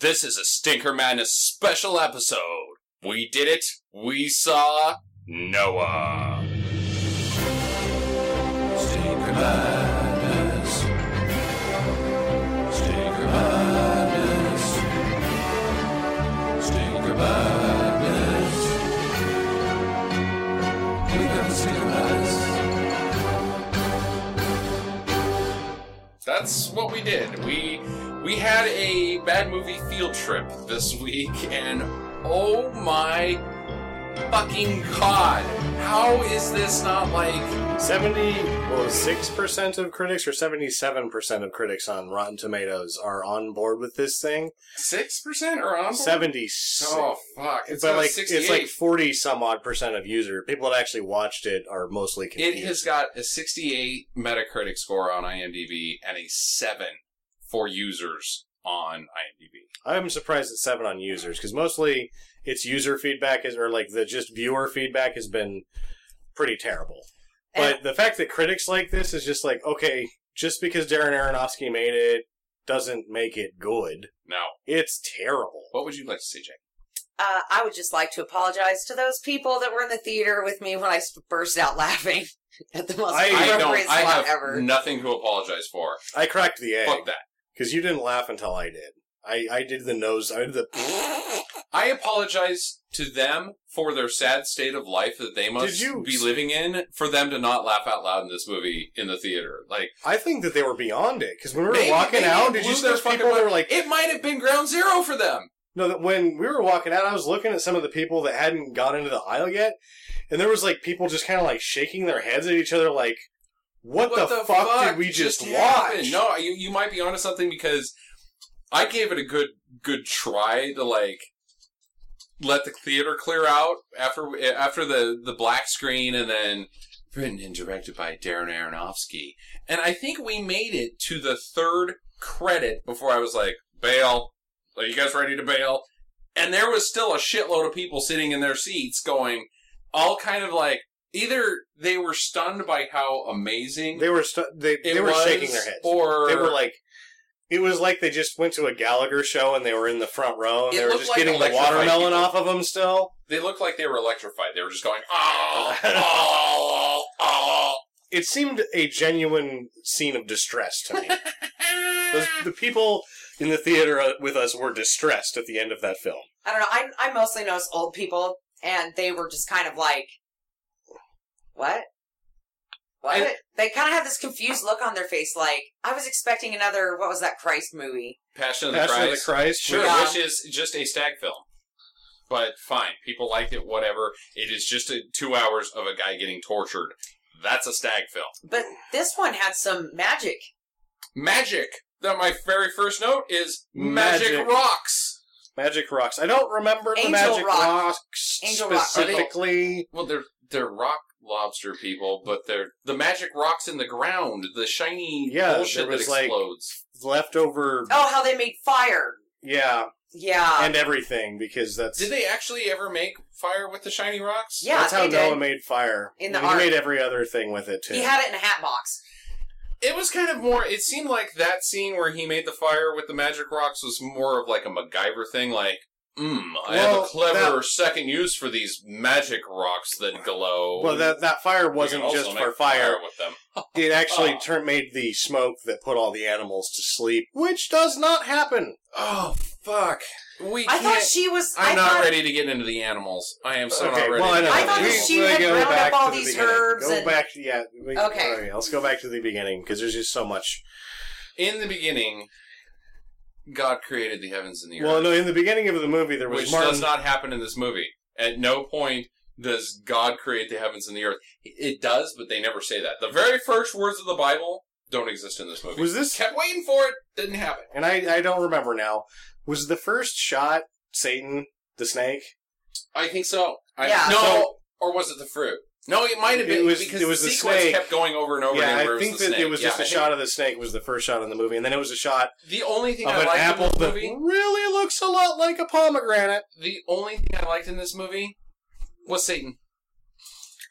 This is a Stinker Madness special episode. We did it. We saw Noah. Stinker Madness. Stinker Madness. Stinker Madness. We got Stinker Madness. That's what we did. We we had a bad movie field trip this week, and oh my fucking god! How is this not like 76% of critics or 77% of critics on Rotten Tomatoes are on board with this thing. six percent or on 76. Oh fuck! It's but got like 68. it's like 40 some odd percent of user people that actually watched it are mostly confused. It has got a 68 Metacritic score on IMDb and a 7 for users on IMDb. I'm surprised it's 7 on users cuz mostly its user feedback is or like the just viewer feedback has been pretty terrible. But the fact that critics like this is just like okay, just because Darren Aronofsky made it doesn't make it good. Now, It's terrible. what would you like to see, Jack? Uh, I would just like to apologize to those people that were in the theater with me when I s- burst out laughing at the most I- I appropriate I spot have ever. nothing to apologize for. I cracked the egg Fuck that. because you didn't laugh until I did. I, I did the nose. I did the. I apologize to them for their sad state of life that they must Did you- be living in for them to not laugh out loud in this movie in the theater. Like, I think that they were beyond it because when we were maybe- walking maybe out, it did blew you see their those fucking people that mind. were like, it might have been ground zero for them. no? That when we were walking out, I was looking at some of the people that hadn't gone into the aisle yet, and there was like people just kind of like shaking their heads at each other, like, "What, the, fuck, did we just, happened? watch?" No, you, you might be onto something because I gave it a good good try to like let the theater clear out after after the the black screen and then written and directed by Darren Aronofsky. And I think we made it to the third credit before I was like, "Bail. Are you guys ready to bail?" And there was still a shitload of people sitting in their seats going all kind of like either they were stunned by how amazing They were stu- they it they were was, shaking their heads. or they were like. It was like they just went to a Gallagher show and they were in the front row and It they were looked just like getting the electrified watermelon people. off of them still. they looked like they were electrified. They were just going oh oh oh. it seemed a genuine scene of distress to me. the, the people in the theater uh, with us were distressed at the end of that film. I don't know. I, I mostly noticed old people, and they were just kind of like, what? What? I- they kind of had this confused look on their face, like, I was expecting another, what was that Christ movie? Passion of the Passion of the Christ. Christ. Sure, Yeah. which is just a stag film. But fine, people liked it. Whatever. It is just a, two hours of a guy getting tortured. That's a stag film. But this one had some magic. Magic. That my very first note is magic, Magic. rocks. Magic Rocks. I don't remember the Angel Magic Rock. Rocks Angel Rock. specifically. Well, they're they're rock lobster people, but they're the magic rocks in the ground, the shiny Yeah, bullshit there that was, like- explodes. Leftover, Oh, Uh, how they made fire. yeah, Yeah. and everything because that's Did they actually ever make fire with the shiny rocks? yeah, that's how they Noah did. made fire. In the he ark. made every other thing with it too. He had it in a hat box. It was kind of more. It seemed like that scene where he made the fire with the magic rocks was more of like a MacGyver thing. Like, mm, I have Well, a clever second use for these magic rocks that glow. well, that that fire We wasn't can also just make for fire. with them. It actually Ah. turned made the smoke that put all the animals to sleep, which does not happen. Oh fuck! We I can't. thought she was. I'm I not thought, ready to get into the animals. I am so Okay, not ready. well, I know. I thought We- that she we had go ground up back all to the these beginning. herbs Go and- back, yeah. we- Okay. all right, let's go back to the beginning because there's just so much. In the beginning, God created the heavens and the earth. Well, no, in the beginning of the movie, there was which Martin. does not happen in this movie. At no point does God create the heavens and the earth. It does, but they never say that. The very first words of the Bible don't exist in this movie. was this? Kept waiting for it, didn't happen. And I, I don't remember now. Was the first shot Satan the snake? I think so. I, Yeah. No, So- or was it the fruit? No, it might have been It was- because it was the, the sequence snake. kept going over and over yeah, again. where I it think was the that snake. it was Yeah, just I a think shot of the snake was the first shot in the movie, and then it was a shot The only thing of I an liked apple in this that movie, really looks a lot like a pomegranate. the only thing I liked in this movie was Satan.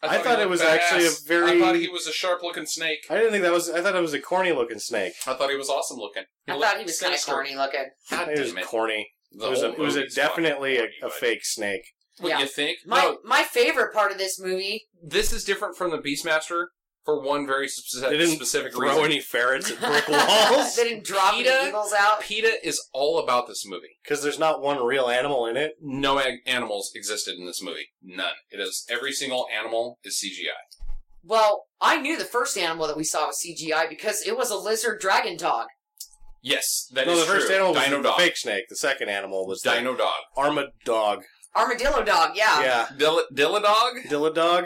I thought he looked it was actually a badass. I very- thought he was a sharp looking snake. I didn't think that was. I thought it was a corny looking snake. I thought he was awesome looking. I looked thought he was kind of sinister. corny looking. God It was damn it. corny. The It was, a, whole it was a movie's fucking definitely a, funny, a but- fake snake. What Yeah. you think? My Oh. no, my favorite part of this movie. this is different from the Beastmaster for one very specific, They didn't specific Throw reason. any ferrets at brick walls they didn't drop PETA? any eagles out. PETA is all about this movie. because there's not one real animal in it. No ag- animals existed in this movie. None. It is every single animal is CGI. Well, I knew the first animal that we saw was CGI because it was a lizard dragon dog. Yes, that is no, the first true. animal was Dino the Dog. fake snake. The second animal was the Dino Dog. armored dog. Armadillo dog, yeah. Yeah, Dilla, Dilla Dog. Dilla dog.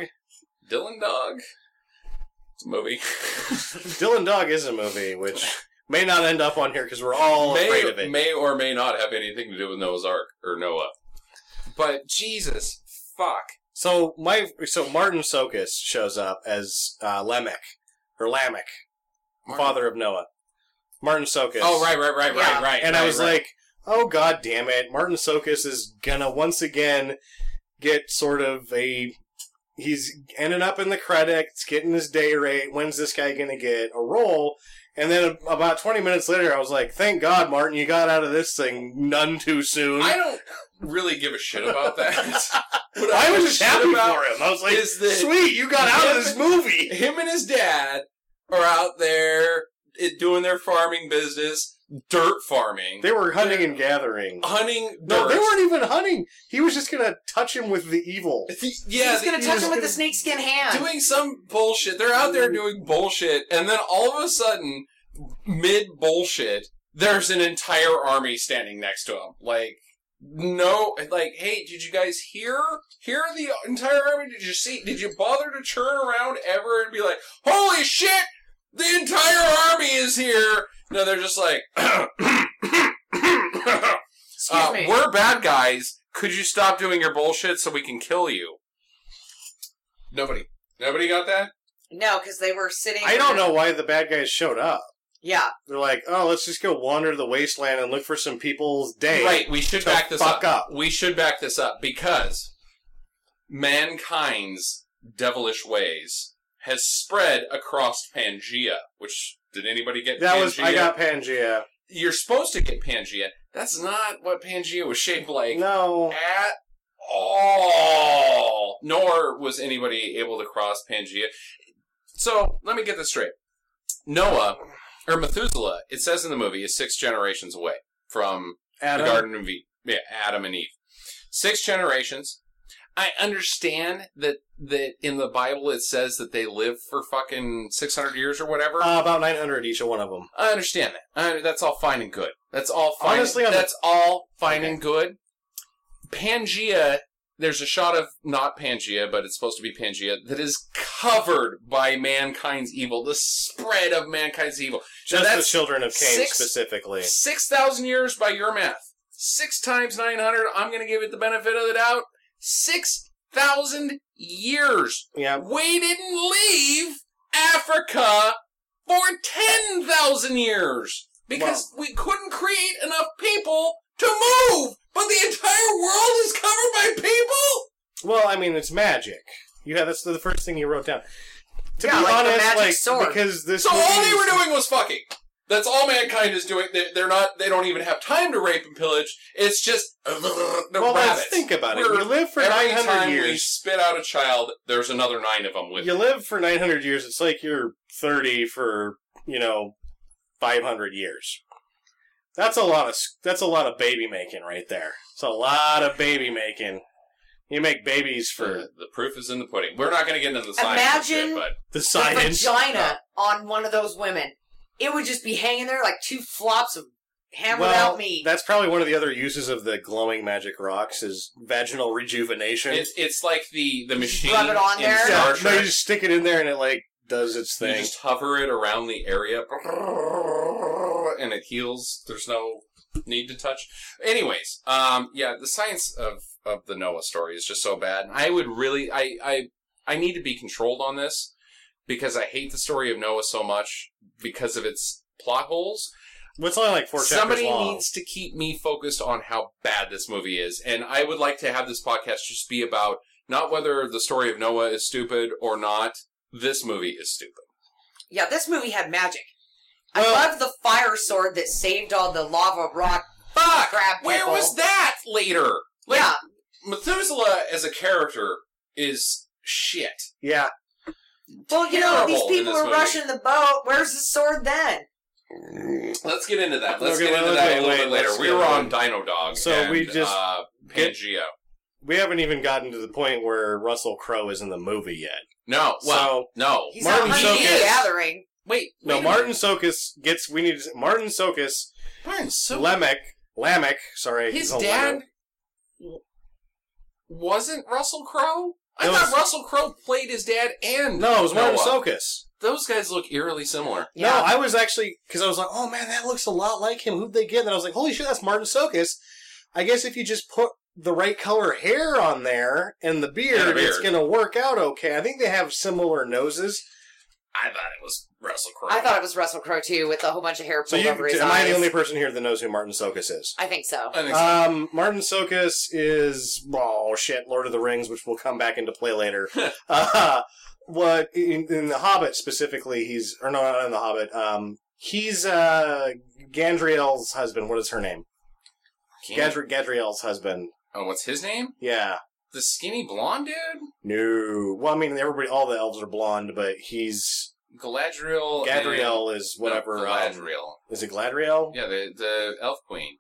Dylan Dog. It's a movie. Dylan Dog is a movie, which may not end up on here because we're all afraid of may, it. may or may not have anything to do with Noah's Ark or Noah. But Jesus, fuck. So my so Martin Sokus shows up as uh, Lamech or Lamech, father of Noah. Martin Sokus. Oh right, right, right, Yeah. right, right. And I right, was right. like, oh god damn it, Martin Sokus is gonna once again get sort of a he's ending up in the credits, getting his day rate. When's this guy gonna get a role? And then about twenty minutes later, I was like, "Thank God, Martin, you got out of this thing none too soon." I don't really give a shit about that. What I was give a just shit happy about for him. I was like, is that- sweet, you got out of this movie. him and his dad are out there it, doing their farming business, dirt farming, They were hunting and gathering. hunting. No, they dirt. weren't even hunting. He was just gonna touch him with the evil. Yeah, He's they- gonna he touch was him with gonna- the snakeskin hand. doing some bullshit. They're out there doing bullshit, and then all of a sudden, mid bullshit, there's an entire army standing next to him. Like, no, like, hey, did you guys hear hear the entire army? Did you see? Did you bother to turn around ever and be like, holy shit, the entire army is here? No, they're just like, Excuse uh, me. we're bad guys. Could you stop doing your bullshit so we can kill you? Nobody. Nobody got that? No, because they were sitting. I don't know why the bad guys showed up. Yeah, They're like, oh, let's just go wander the wasteland and look for some people's day. Right, we should to back this fuck up. up. We should back this up because mankind's devilish ways has spread across Pangea, which did anybody get That Pangea? was I got Pangea. You're supposed to get Pangea. That's not what Pangea was shaped like No. at all. Nor was anybody able to cross Pangea. So let me get this straight. Noah or Methuselah, it says in the movie, is six generations away from Adam. the Garden of Eve. Yeah, Adam and Eve. Six generations. I understand that that in the Bible it says that they live for fucking six hundred years or whatever. Uh, about nine hundred each of one of them. I understand that. I, that's all fine and good. That's all fine. Honestly, on the- that's all fine and good. Pangea. There's a shot of not Pangea, but it's supposed to be Pangea that is covered by mankind's evil, the spread of mankind's evil. Just the that's children of Cain six- specifically. Six thousand years by your math. Six times nine hundred. I'm going to give it the benefit of the doubt. Six thousand years. Yeah. We didn't leave Africa for ten thousand years because we couldn't create enough people to move. But the entire world is covered by people. Well, I mean, it's magic. Yeah, that's the first thing you wrote down. To Yeah, be like the honest, magic like sword. because this So all movie they is- were doing was fucking. That's all mankind is doing. They- They're not. They don't even have time to rape and pillage. It's just the Well, let's rabbits. think about it. We're- You live for Every nine hundred time we years. spit out a child, there's another nine of them with. You live for nine hundred years. It's like you're thirty for you know five hundred years. That's a lot of s- that's a lot of baby making right there. It's a lot of baby making. You make babies for For the proof is in the pudding. We're not going to get into the science Imagine- of it, the the science. Uh. vagina on one of those women. It would just be hanging there like two flops of hammered Well, out meat. that's probably one of the other uses of the glowing magic rocks is vaginal rejuvenation. but it's it's like the the machine rub it on in there. Star yeah, no, you Trek. just stick it in there and it like does its You thing. just hover it around the area, and it heals. There's no need to touch. Anyways, um, yeah, the science of of the Noah story is just so bad. I would really, I, I, I need to be controlled on this because I hate the story of Noah so much because of its plot holes. Well, it's only like four Somebody chapters long. needs to keep me focused on how bad this movie is. And I would like to have this podcast just be about not whether the story of Noah is stupid or not. This movie is stupid. yeah, this movie had magic. Well- I love the fire sword that saved all the lava rock Fuck! grab people. Where was that later? Like, yeah, Methuselah as a character is shit. Yeah, well, you know terrible these in people this are movie. rushing the boat. Where's the sword then? Let's get into that. Let's Okay, get into well, that okay, a little wait, bit later. let's We get- were on Dino Dog. So and, we just uh, get- Pangea. we haven't even gotten to the point where Russell Crowe is in the movie yet. No, well, so no. He's Martin not Hunter Sokas. the Gathering. Wait, no, wait a Martin Sokus gets. We need to- Martin Sokus. minute. Martin so Lamech. Lamech. Sorry, his it's a dad Lamech. w- wasn't Russell Crowe. I No, thought it's- Russell Crowe played his dad and No, it was Martin Noah. Sokus. Those guys look eerily similar. No, I was actually because I was like, oh man, that looks a lot like him. Who'd they get? And I was like, holy shit, that's Martin Sokus. I guess if you just put the right color hair on there and the beard, And a beard. it's gonna work out okay. I think they have similar noses. I thought it was Russell Crowe. I thought it was Russell Crowe too, with a whole bunch of hair So pulled you, over his am eyes. I the only person here that knows who Martin Sokus is? I think so. I think so. Um, Martin Sokus is oh shit, Lord of the Rings, which will come back into play later. uh, what in, in the Hobbit specifically? He's or no, not in the Hobbit. Um, he's uh Gandriel's husband. What is her name? Can't- Gadri- Gadriel's husband. oh, what's his name? Yeah. The skinny blonde dude, No. Well, I mean, everybody, all the elves are blonde, but he's Galadriel. and- Gadriel is whatever. No, um, Galadriel. is it Gladriel? Yeah, the the elf queen.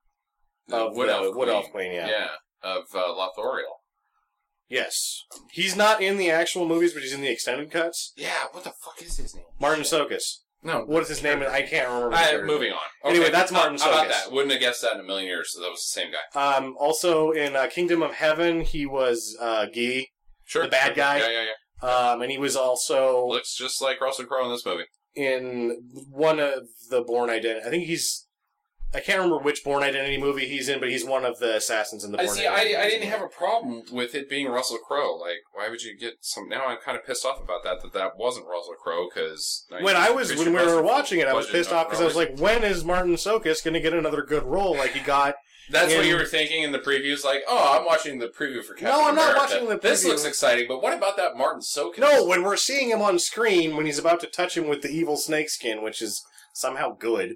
The Of the Wood Elf Queen, yeah. of uh, Lothoriel. Yes. He's not in the actual movies, but he's in the extended cuts. Yeah, what the fuck is his name? Martin Sokus. No. What is his name? I can't remember. his I, character. moving on. Anyway, that's Martin How about Sokus. that? Wouldn't have guessed that in a million years. So that was the same guy. Um, also in uh, Kingdom of Heaven, he was uh, Gee, Sure. The bad guy? Yeah, yeah, yeah. um, and he was also Looks just like Russell Crowe in this movie. in one of the Born Identity. I think he's. I can't remember which Born Identity movie he's in, but he's one of the assassins in the. I Born see. I, I didn't have a problem with it being Russell Crowe. Like, why would you get some? Now I'm kind of pissed off about that. That that wasn't Russell Crowe because When I was when we were watching it, I was pissed off because I was like, "When is Martin Sokus going to get another good role like he got?" That's what in- you were thinking in the previews, like, oh, I'm watching the preview for Captain No, I'm not America. watching the This preview. looks exciting, but what about that Martin Sokus? No, when we're seeing him on screen when he's about to touch him with the evil snake skin, which is somehow good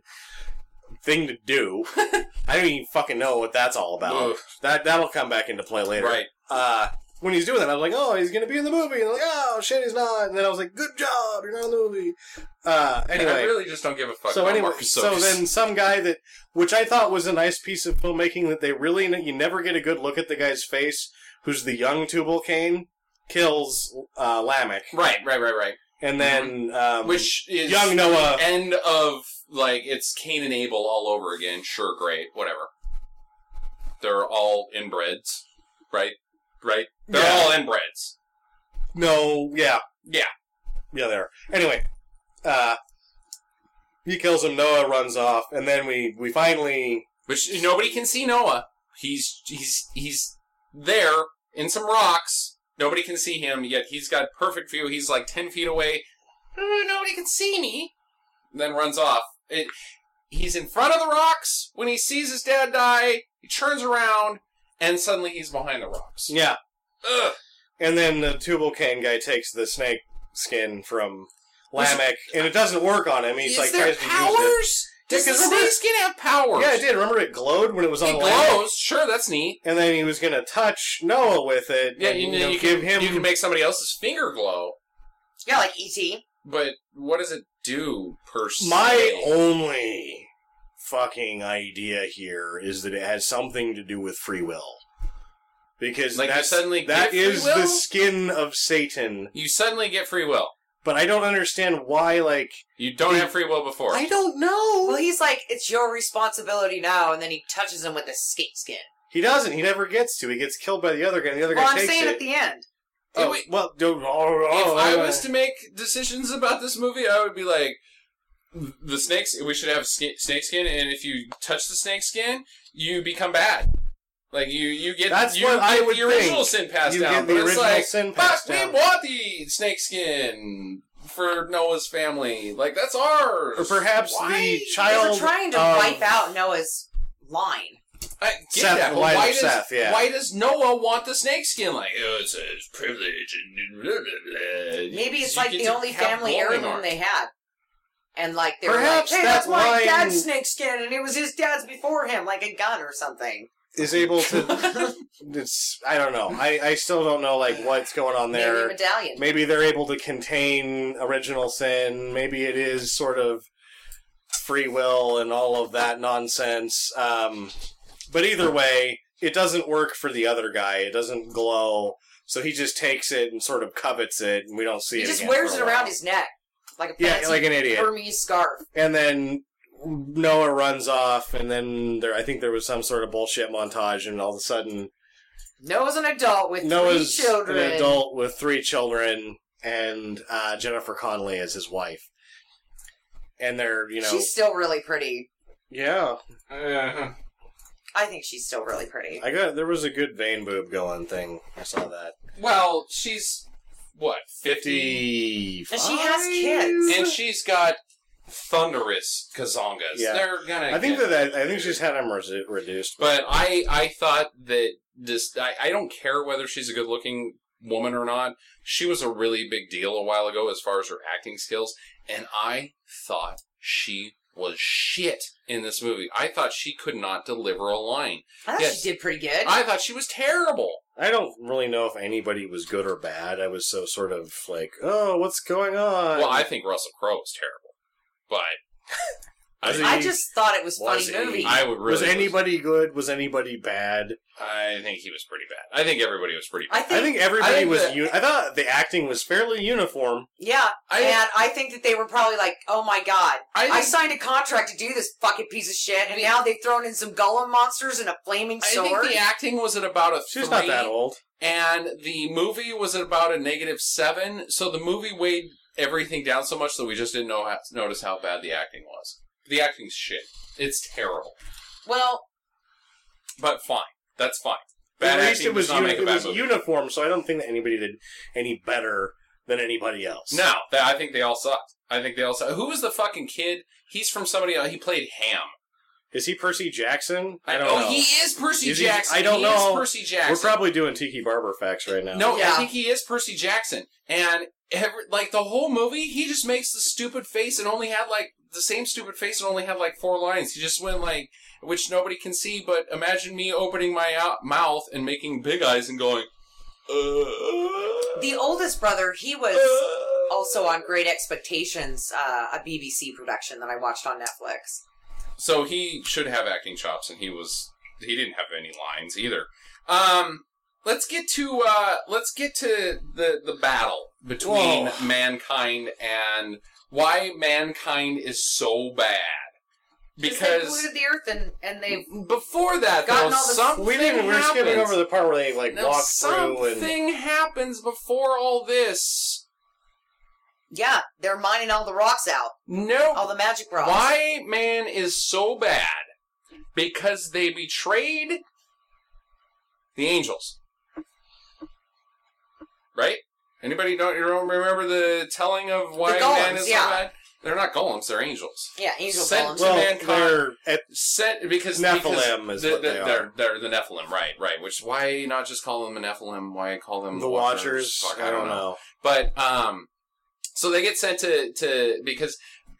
thing to do. I don't even fucking know what that's all about. Ugh. That that'll come back into play later. right. Uh, when he's doing that, I was like, "Oh, he's gonna be in the movie." And I'm like, "Oh shit, he's not." And then I was like, "Good job, you're not in the movie." Uh, I anyway, really just don't give a fuck. so about anyway, Martin so Sokus. then some guy that, which I thought was a nice piece of filmmaking, that they really you never get a good look at the guy's face, who's the young Tubal Cain, kills uh, Lamech, right, right, right, right, and then um, Uh-huh. which is young Noah. end of like it's Cain and Abel all over again. Sure, great, whatever. They're all inbreds, right? Right? They're Yeah. all inbreds. No, yeah, Yeah. yeah, there. Anyway, uh, he kills him. Noah runs off, and then we we finally Which nobody can see Noah. He's he's he's there in some rocks. Nobody can see him yet. He's got perfect view. He's like ten feet away. "Oh, Nobody can see me. And then runs off. It, he's in front of the rocks when he sees his dad die. He turns around and suddenly he's behind the rocks. yeah. Ugh. And then the Tubal Cain guy takes the snake skin from Lamech, and it doesn't work on him. He's Is like, there tries to use powers? Yeah, Does the 'cause remember- snake can have powers? it. Yeah, it did. Remember it glowed when it was on It the Lamech? glows. Sure, that's neat. And then he was going to touch Noah with it. Yeah, and, you, you know, you give can, him. You can make somebody else's finger glow. Yeah, like E ET. But what does it do per se? My only fucking idea here is that it has something to do with free will. Because Like, you that's, suddenly get that free is will? the skin of Satan. you suddenly get free will. But I don't understand why, like. You don't The- have free will before. I don't know. Well, he's like, it's your responsibility now, and then he touches him with the skate skin. He doesn't. He never gets to. He gets killed by the other guy. and The other Well, guy I'm takes saying it. at the end. oh, Wait, well, do- oh, if oh, I oh, was to make decisions about this movie, I would be like, the snakes. We should have skin, snake skin, and if you touch the snake skin, you become bad. Like you, you get That's you what get I would the original sin think. passed You down. get the but it's original like, sin but passed we down. want the snake skin for Noah's family. Like that's ours. Or perhaps Why? the They child were trying to of- wipe out Noah's line. I get Seth, that, the but wife why of does Seth, yeah. why does Noah want the snake skin? Like oh, it's his privilege and blah, blah, blah. Maybe it's You like get the to only have family glowing heirloom art. they had. And like they were Perhaps like, hey, that that's my line- dad's snake skin, and it was his dad's before him, like a gun or something. is able to. it's, I don't know. I, I still don't know like what's going on there. Maybe medallion. maybe they're able to contain original sin maybe it is sort of free will and all of that nonsense um, but either way it doesn't work for the other guy it doesn't glow so he just takes it and sort of covets it and we don't see He it just again wears for it a while. around his neck. Like a yeah fancy like an idiot Burmese scarf. and then Noah runs off and then there I think there was some sort of bullshit montage and all of a sudden Noah's an adult with Noah's three children. an adult with three children, and uh, Jennifer Connelly is his wife. And they're, you know, She's still really pretty. yeah. Uh, I think she's still really pretty. I got there was a good vein boob going thing. I saw that. well, she's what fifty, Fifty. And she has kids. and she's got thunderous kazongas. Yeah. They're gonna. I think get- that, that I think she's had them re- reduced. But I I thought that this I, I don't care whether she's a good looking woman or not. She was a really big deal a while ago as far as her acting skills, and I thought she was shit in this movie. I thought she could not deliver a line. I thought Yes. she did pretty good. I thought she was terrible. I don't really know if anybody was good or bad. I was so sort of like, oh, what's going on? Well, I think Russell Crowe was terrible, but Was I, I just thought it was Was funny he? movie. I would really was anybody good? Was anybody bad? I think he was pretty bad. I think everybody was pretty I bad. think, I think everybody I think was. the- uni- I thought the acting was fairly uniform. yeah, I- and I think that they were probably like, "Oh my god, I, I think- signed a contract to do this fucking piece of shit, and now they've thrown in some golem monsters and a flaming I sword." think the acting was at about a She's three. not that old. and the movie was at about a negative seven. So the movie weighed everything down so much that we just didn't know how, notice how bad the acting was. The acting's shit. It's terrible, well, but fine. That's fine. Bad At least acting it was, does not uni- make a it bad was movie. uniform, so I don't think that anybody did any better than anybody else. no, th- I think they all sucked. I think they all sucked. Who was the fucking kid? He's from somebody. else. He played Ham. Is he Percy Jackson? I don't oh, know. he is Percy Is he- Jackson. I don't He is know. Percy Jackson. We're probably doing Tiki Barber facts right now. No, I Yeah. think he is Percy Jackson. And every, like the whole movie, he just makes the stupid face and only had like the same stupid face and only had like four lines. He just went like, which nobody can see, but imagine me opening my out- mouth and making big eyes and going, uh, the oldest brother, he was uh. also on Great Expectations, uh, a BBC production that I watched on Netflix. So he should have acting chops, and he was he didn't have any lines either. Um, let's get to uh, let's get to the the battle between Whoa. mankind and why mankind is so bad they because. Mm. polluted the earth, and and they Before that, though, gotten all this- something we didn't. We're skipping happens. over the part where they like Now, walk through and something happens before all this. yeah, they're mining all the rocks out, No, all the magic rocks. Why man is so bad? Because they betrayed the angels. Right? Anybody don't you don't remember the telling of why golems, man is yeah. so bad? They're not golems, they're angels. Yeah, angel Sent golems. to well, mankind. they're at, Set because Nephilim because is what the- they are. They're, they're the Nephilim, right? Right. Which why not just call them the Nephilim? Why call them the Watchers. Fuck, I don't know. But um, so they get sent to to because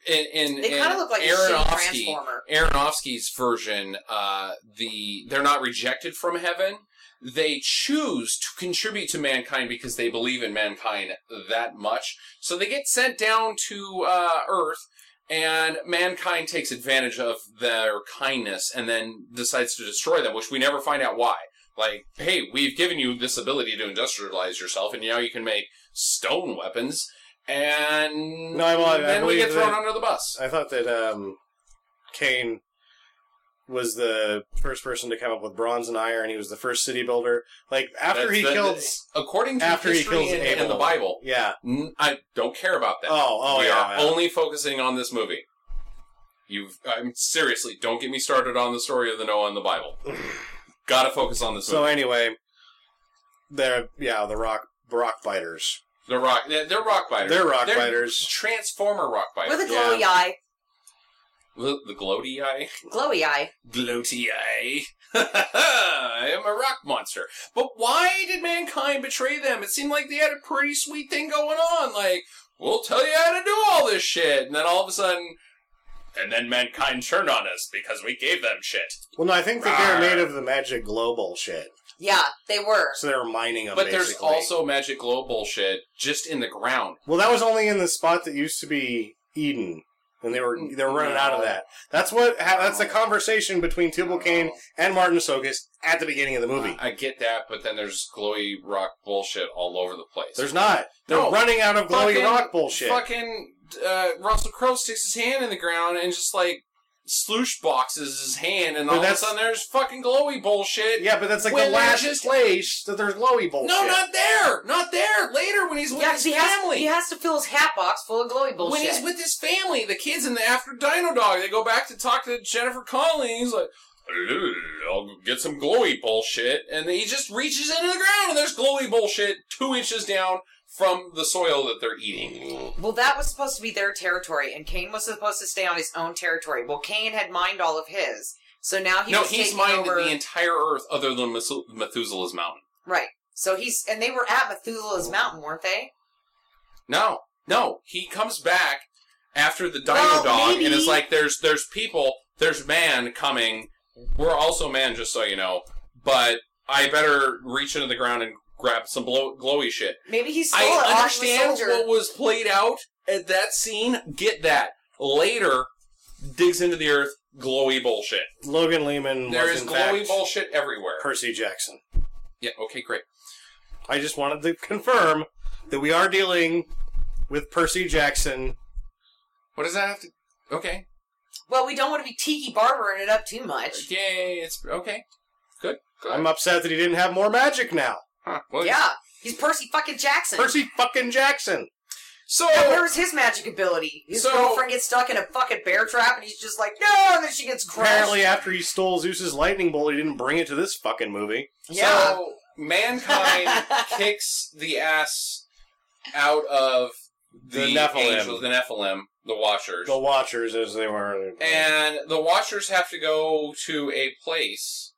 in, in They kinda in look like a shitty transformer. Aronofsky's version, uh, the they're not rejected from heaven. They choose to contribute to mankind because they believe in mankind that much. So they get sent down to uh, Earth, and mankind takes advantage of their kindness and then decides to destroy them, which we never find out why. Like, hey, we've given you this ability to industrialize yourself, and now you can make stone weapons. And No, I- I then we believe get thrown that- under the bus. I thought that um, Kane was the first person to come up with bronze and iron. He was the first city builder. Like after That's- he that- killed, according to after he history kills and, Abel. and the Bible. yeah. n- I don't care about that. Oh, oh, we yeah. are only focusing on this movie. You've I'm seriously don't get me started on the story of the Noah and the Bible. Got to focus on this so movie. anyway, they're yeah the rock rock fighters. The rock, they're, they're rock fighters. They're rock fighters. Transformer rock fighters. With a Yeah. glowy eye, the, the gloaty eye. glowy eye. Gloaty eye. I am a rock monster. But why did mankind betray them? It seemed like they had a pretty sweet thing going on. Like, we'll tell you how to do all this shit. And then all of a sudden, and then mankind turned on us because we gave them shit. Well, no, I think that they're Rawr. made of the magic glow bullshit. Yeah, they were. So they're mining them. But there's basically. also magic glow bullshit just in the ground. well, that was only in the spot that used to be Eden, and they were they were running out of No. that. That's what ha- that's the conversation between Tubal Cain and Martin Sokus at the beginning of the movie. I get that, but then there's glowy rock bullshit all over the place. There's not. They're No. running out of glowy Fucking- rock bullshit. Fucking uh, Russell Crowe sticks his hand in the ground and just like sloosh boxes his hand, and But all of a that's- sudden there's fucking glowy bullshit. Yeah, but that's like When the they're last just- place that there's glowy bullshit. No, not there, not there. Later when he's with Yeah, 'cause his he has, family. he has to fill his hat box full of glowy bullshit. when he's with his family, the kids in the after Dino Dog, they go back to talk to Jennifer Connelly. And he's like, "Ugh, I'll get some glowy bullshit. And he just reaches into the ground and there's glowy bullshit two inches down from the soil that they're eating. Well, that was supposed to be their territory, and Kane was supposed to stay on his own territory. Well, Kane had mined all of his, so now he no, was he's taking mined over. the entire earth other than Methu- Methuselah's mountain. right. So he's and they were at Methuselah's mountain, weren't they? No, no, he comes back after the Dino Well, Dog and maybe- is like, "There's, there's people, there's man coming. We're also man, just so you know. But I better reach into the ground and grab some blow- glowy shit. Maybe he stole it I off understand the soldier. what was played out at that scene. Get that later." Digs into the earth, glowy bullshit. Logan Lehman There was is in glowy fact bullshit everywhere. Percy Jackson. yeah. Okay. Great. I just wanted to confirm that we are dealing with Percy Jackson. What does that have to? Okay. well, we don't want to be tiki barbering it up too much. Yay! It's okay. Good. Good. I'm upset that he didn't have more magic now. Huh, well, Yeah, he's Percy fucking Jackson. Percy fucking Jackson. So Yeah, where was his magic ability? His So- girlfriend gets stuck in a fucking bear trap, and he's just like, no, and then she gets crushed. Apparently, after he stole Zeus's lightning bolt, he didn't bring it to this fucking movie. yeah. So mankind kicks the ass out of the, The Nephilim. angels, the Nephilim, the Watchers, The Watchers, as they were. and the Watchers have to go to a place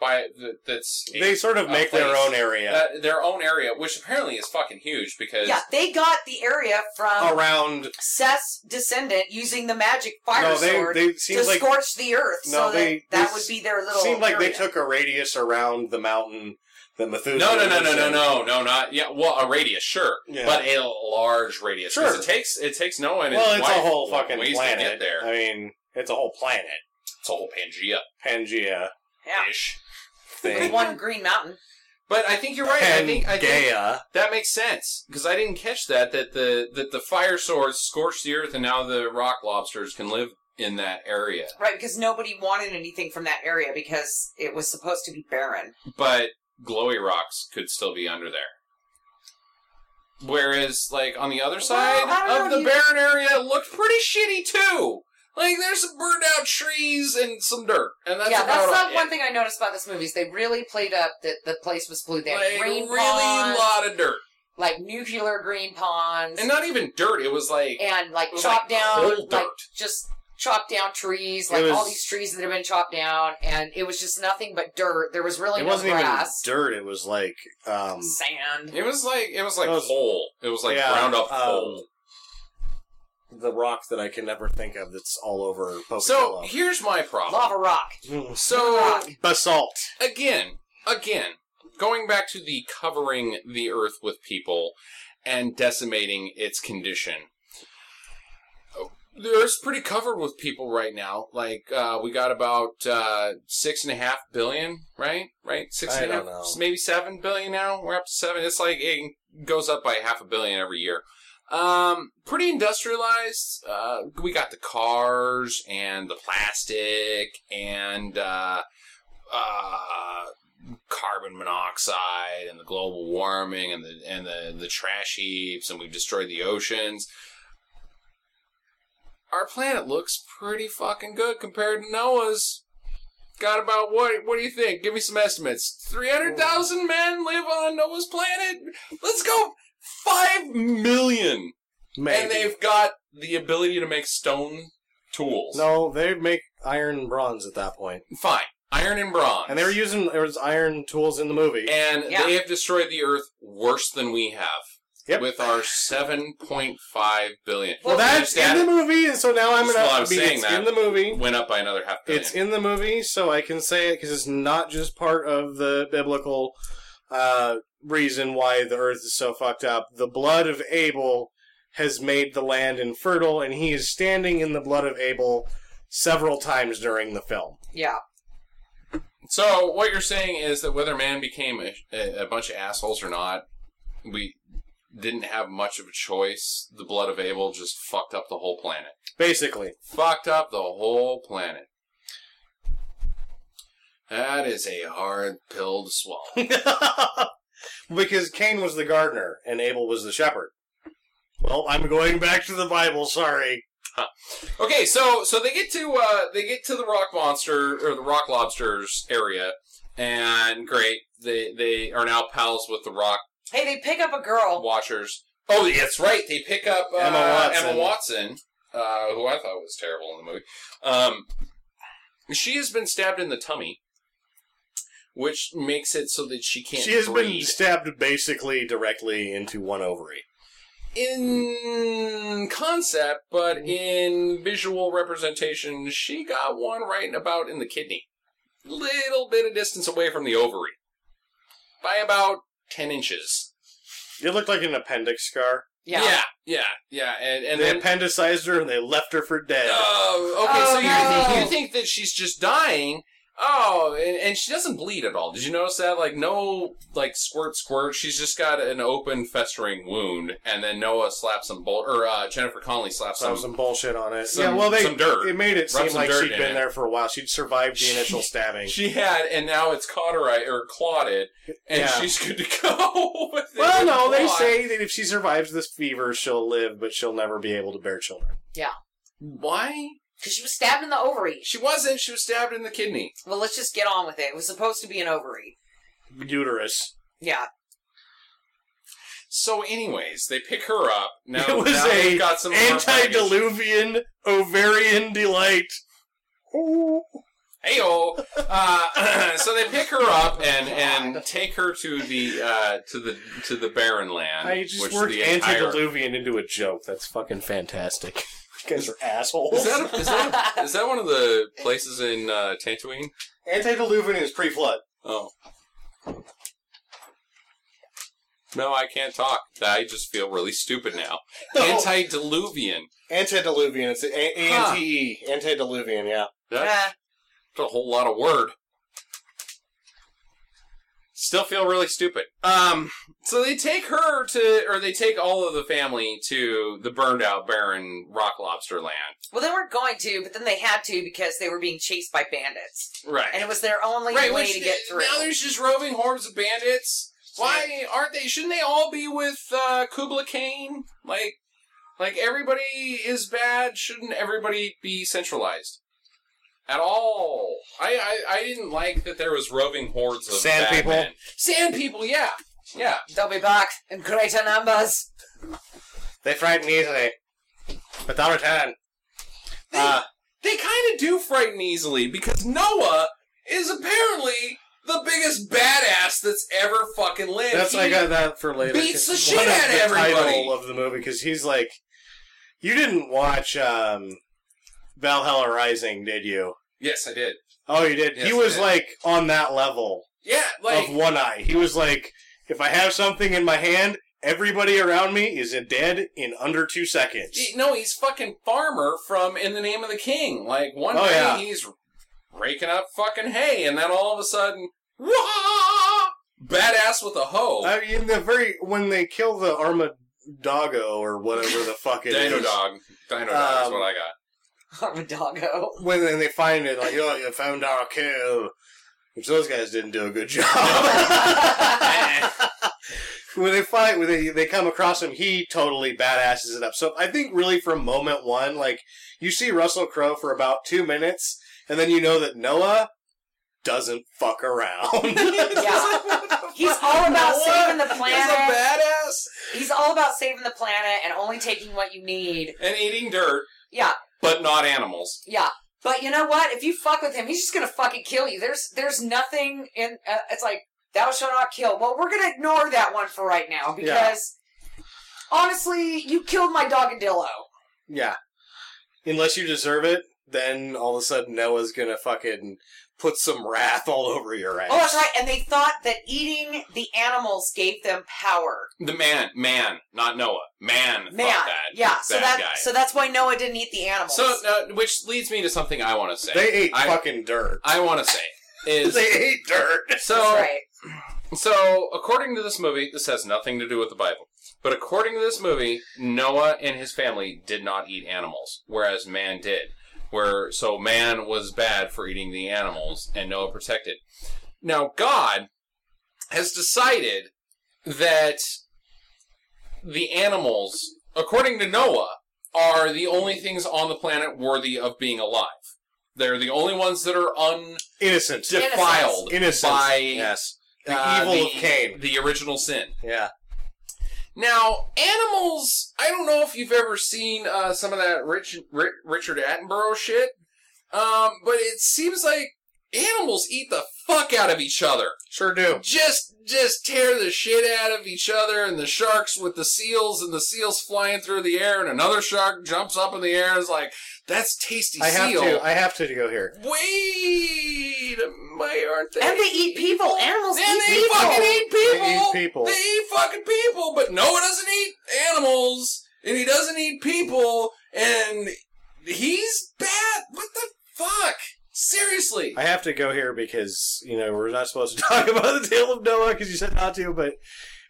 by th- that's a- they sort of a make their place, own area uh, their own area, which apparently is fucking huge because yeah, they got the area from um, around. Seth's descendant using the magic fire no, they sword they to seems like scorch the earth. No, so they- that, that they would be their little. seemed like they area. took a radius around the mountain that Methuselah. No, no, no, was no, no, in. no, no, not yeah. Well, a radius, sure, Yeah. but a large radius. 'cause Sure. it takes it takes Noah and Well, his it's wife a whole wa- fucking ways to get planet. there. I mean, it's a whole planet, It's a whole Pangea Pangea Yeah. ish thing. With one green mountain. But I think you're right. I think I think Pangea. that makes sense because I didn't catch that that the that the fire swords scorched the earth and now the rock lobsters can live in that area. Right, because nobody wanted anything from that area because it was supposed to be barren. But glowy rocks could still be under there. Whereas, like on the other side I don't of know, the you- barren area, it looked pretty shitty too. Like there's some burned out trees and some dirt, and that's yeah, about that's not it. one thing I noticed about this movie is they really played up that the place was blue. They had Like, green really ponds, lot of dirt, like nuclear green and ponds, and, not even dirt. It was like like it was chopped like down, coal like dirt. just chopped down trees, It like all was- these trees that have been chopped down, and it was just nothing but dirt. There was really It no wasn't even grass, dirt. It was like um, sand. It was like it was like It was- coal. It was like yeah, ground up um, coal. the rock that I can never think of that's all over So Pocatello. here's my problem. lava rock. So rock. basalt. again, again, going back to the covering the earth with people and decimating its condition. The Earth's pretty covered with people right now. Like uh, we got about uh, six and a half billion, right? Right, six I and a half, don't know. maybe seven billion now. We're up to seven. It's like it goes up by half a billion every year. Um, pretty industrialized. Uh, we got the cars and the plastic and uh, uh, carbon monoxide and the global warming and the and the, the trash heaps and we've destroyed the oceans. Our planet looks pretty fucking good compared to Noah's. Got about what? What do you think? Give me some estimates. Three hundred thousand men live on Noah's planet. Let's go five million, Maybe. and they've got the ability to make stone tools. no, they make iron and bronze at that point, fine, iron and bronze, and they were using there was iron tools in the movie. and Yeah. they have destroyed the earth worse than we have. Yep. with our 7.5 billion. Well, You that's understand? in the movie, and so now I'm That's gonna why I was be saying it's that. in the movie. went up by another half billion. It's in the movie, so I can say it because it's not just part of the biblical uh, reason why the earth is so fucked up. The blood of Abel has made the land infertile, and he is standing in the blood of Abel several times during the film. Yeah. so what you're saying is that whether man became a, a, a bunch of assholes or not, we didn't have much of a choice. The blood of Abel just fucked up the whole planet. Basically, Fucked up the whole planet. That is a hard pill to swallow. because Cain was the gardener and Abel was the shepherd. Well, I'm going back to the Bible. Sorry. okay, so so they get to uh, they get to the rock monster or the rock lobsters area, and great, they they are now pals with the rock Hey, they pick up a girl. watchers. Oh, that's right. They pick up uh, Emma Emma Watson, Watson. uh, who I thought was terrible in the movie. Um, she has been stabbed in the tummy, which makes it so that she can't. she has been breathe. stabbed basically directly into one ovary. in concept, but Mm-hmm. in visual representation, she got one right about in the kidney, little bit of distance away from the ovary, by about ten inches. It looked like an appendix scar. Yeah. yeah, yeah, yeah. and and they then appendicized her and they left her for dead. Oh, okay. so you, Oh, think, no. you think that she's just dying? Oh, and, and she doesn't bleed at all. Did you notice that? Like no, like squirt, squirt. She's just got an open, festering wound, and then Noah slaps some bull, or uh, Jennifer Connelly slaps Some, some. some bullshit on it. some- yeah, well, they some dirt. it made it Rub seem some like dirt she'd in been it. there for a while. She'd survived the initial stabbing. She had, and now it's cauterized or clotted, and Yeah. she's good to go. with it. well, no, they Clot. say that if she survives this fever, she'll live, but she'll never be able to bear children. why Because she was stabbed in the ovary. she wasn't. She was stabbed in the kidney. Well, let's just get on with it. It was supposed to be an ovary. Uterus. Yeah. So, anyways, they pick her up. Now it was now a they've got some of her baggage. antediluvian ovarian delight. Ooh. Heyo. Uh, so they pick her up and and take her to the uh, to the to the barren land. I just which worked the entire- antediluvian into a joke. That's fucking fantastic. You guys are assholes. Is that, is, that is that one of the places in uh, Tatooine? antediluvian is pre-flood. Oh. No, I can't talk. I just feel really stupid now. No. Antediluvian. Antediluvian. It's a- a- Huh. A-N-T-E. Antediluvian, yeah. That's Eh, a whole lot of word. Still feel really stupid. Um, so they take her to, or they take all of the family to the burned out barren rock lobster land. well, they weren't going to, but then they had to because they were being chased by bandits. And Right. it was their only Right. way which- to get through. Now there's just roving hordes of bandits. Why aren't they? Shouldn't they all be with uh, Kubla Kane? Like, like everybody is bad. Shouldn't everybody be centralized? At all, I, I I didn't like that there was roving hordes of Sand bad people? men. Sand people, yeah, yeah. They'll be back in greater numbers. They frighten easily. But they'll return. They, Uh, they kind of do frighten easily because Noah is apparently the biggest badass that's ever fucking lived. that's He- I got that for later. beats 'cause the one shit of outta the everybody. Title of the movie because he's like, you didn't watch um, Valhalla Rising, did you? Yes, I did. Oh, you did. Yes, he I was did. like on that level Yeah, like of one eye. He was like, if I have something in my hand, everybody around me is dead in under two seconds. he- no, he's fucking farmer from In the Name of the King. Like one Oh, day yeah. he's raking up fucking hay, and then all of a sudden, wah! Badass with a hoe. I mean, the very when they kill the armadillo or whatever the fuck it is, Dino dog. Dino dog is Um, what I got. Armadillo. When then they find it, like, oh, you found our kill, which those guys didn't do a good job. when they find, when they they come across him, he totally badasses it up. So I think really from moment one, like you see Russell Crowe for about two minutes, and then you know that Noah doesn't fuck around. Yeah. He's all about Noah saving the He's a planet. badass He's all about saving the planet and only taking what you need. and eating dirt, Yeah, but not animals. yeah. But you know what? If you fuck with him, he's just gonna fucking kill you. There's there's nothing in. Uh, it's like thou shalt not kill. Well, we're gonna ignore that one for right now because Honestly, you killed my dogadillo. Yeah. Unless you deserve it, then all of a sudden Noah's gonna fucking put some wrath all over your ass. Oh, that's right. And they thought that eating the animals gave them power. The man, man, not Noah. Man, thought Man, that. yeah. So Bad that guy. so that's why Noah didn't eat the animals. So, uh, which leads me to something I want to say. They ate I, fucking dirt. I want to say is they ate dirt. so. that's right. So, according to this movie, this has nothing to do with the Bible. But according to this movie, Noah and his family did not eat animals, whereas man did. Where so man was bad for eating the animals, and Noah protected. Now God has decided that the animals, according to Noah, are the only things on the planet worthy of being alive. They're the only ones that are Innocent. undefiled Innocent. by yes. The uh, evil of Cain. the original sin. Yeah. Now, animals. I don't know if you've ever seen uh, some of that Rich, Ri Richard Attenborough shit, um, but it seems like animals eat the fuck out of each other. Sure do. Just, just tear the shit out of each other, and the sharks with the seals, and the seals flying through the air, and another shark jumps up in the air and is like, "That's tasty I have seal." to. I have to go here. Wait, why aren't they? And they eat people. Animals And eat they people. fucking eat people. They eat people. They eat fucking people. But Noah doesn't eat animals, and he doesn't eat people, and he's bad. What the fuck? Seriously. I have to go here because you know we're not supposed to talk about the tale of Noah because you said not to, but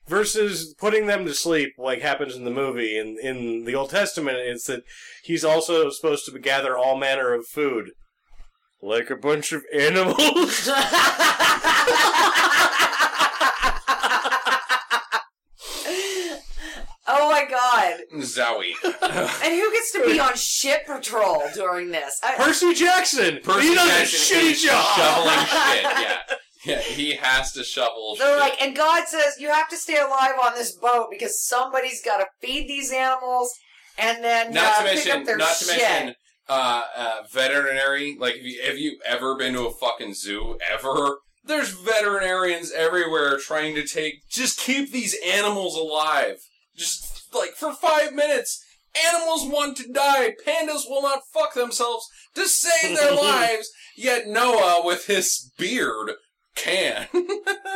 versus putting them to sleep like happens in the movie and in the Old Testament, it's that he's also supposed to gather all manner of food, like a bunch of animals. oh my god! Zowie. And who gets to be on ship patrol during this? I- Percy Jackson, Percy he does Jackson a is shitty job. Shoveling shit. Yeah. Yeah. He has to shovel. They're shit. like, and God says you have to stay alive on this boat because somebody's got to feed these animals, and then not uh, to pick mention, up their not to shit. mention, uh, uh, veterinary. Like, if you, have you ever been to a fucking zoo ever? There's veterinarians everywhere trying to take just keep these animals alive. Just like for five minutes, animals want to die. Pandas will not fuck themselves to save their lives. Yet Noah, with his beard, can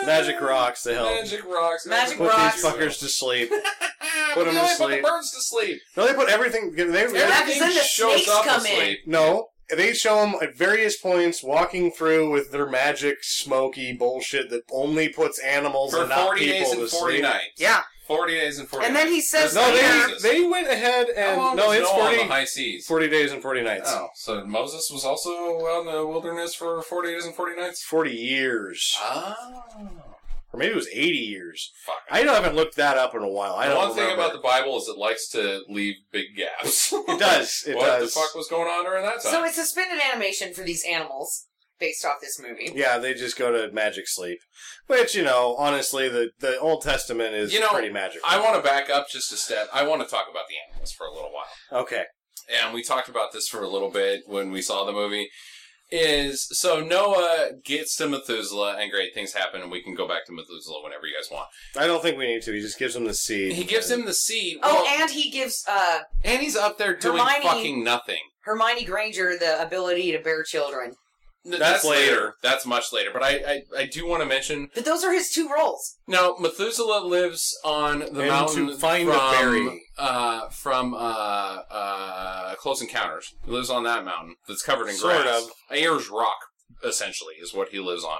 Magic rocks to help Magic rocks. Magic put rocks. these fuckers to sleep. Put put 'em to Put the sleep. birds to sleep. No, they put everything. They, they, Yeah, 'cause Everything then the shows snakes up come in. asleep. No, they show them at various points walking through with their magic smoky bullshit that only puts animals for and not 40 people days and to 40 sleep. nights. yeah, 40 days and 40 and then nights. he says, No, later, Jesus. they they went ahead How long and no, Oh, was it's Noah on 40, the high seas. 40 days and forty nights. Oh, so Moses was also out in the wilderness for 40 days and 40 It's nights? forty years, Oh. or maybe it was eighty years. Fuck. I don't- haven't looked that up in a while. I The don't. one thing remember. about the Bible is it likes to leave big gaps. it does it what does. the fuck was going on during that time? so it's suspended animation for these animals based off this movie. Yeah, they just go to magic sleep, which you know, honestly, the the Old Testament is You know, pretty magical. I want to back up just a step. I want to talk about the animals for a little while. okay, and we talked about this for a little bit when we saw the movie is so Noah gets to Methuselah and great things happen and we can go back to Methuselah whenever you guys want. I don't think we need to. He just gives them the seed. He gives and- him the seed. Oh, well, and he gives uh, and he's up there doing Hermione- fucking nothing. Hermione Granger the ability to bear children. Th- That's later. That's much later. But I, I, I do want to mention But those are his two roles. now Methuselah lives on the And mountain to find a from berry. uh from uh uh Close Encounters. He lives on that mountain that's covered in Sort grass. of. Ayers Rock, essentially, is what he lives on.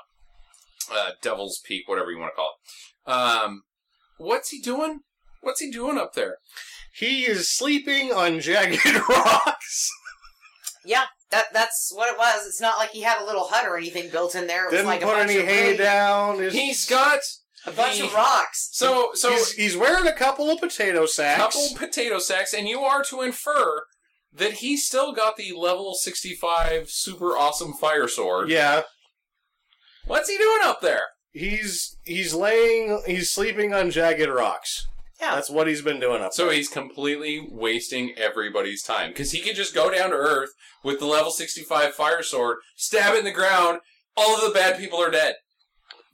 Uh, Devil's Peak, whatever you want to call it. Um, what's he doing? What's he doing up there? He is sleeping on jagged rocks. Yeah, that that's what it was. It's not like he had a little hut or anything built in there. It was Didn't like a put bunch any of hay really- down. His- He's got a bunch He- of rocks. so so he's, he's wearing a couple of potato sacks. couple potato sacks, and you are to infer that he still got the level sixty five super awesome fire sword. Yeah, What's he doing up there? he's he's laying. He's sleeping on jagged rocks. Yeah. that's what he's been doing up. So there. he's completely wasting everybody's time because he could just go down to Earth with the level 65 fire sword, stab it in the ground, all of the bad people are dead.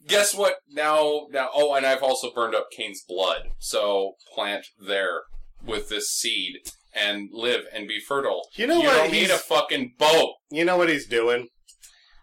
guess what? Now, now. Oh, and I've also burned up Cain's blood. So plant there with this seed and live and be fertile. You know you what? don't need he's, a fucking boat. you know what he's doing?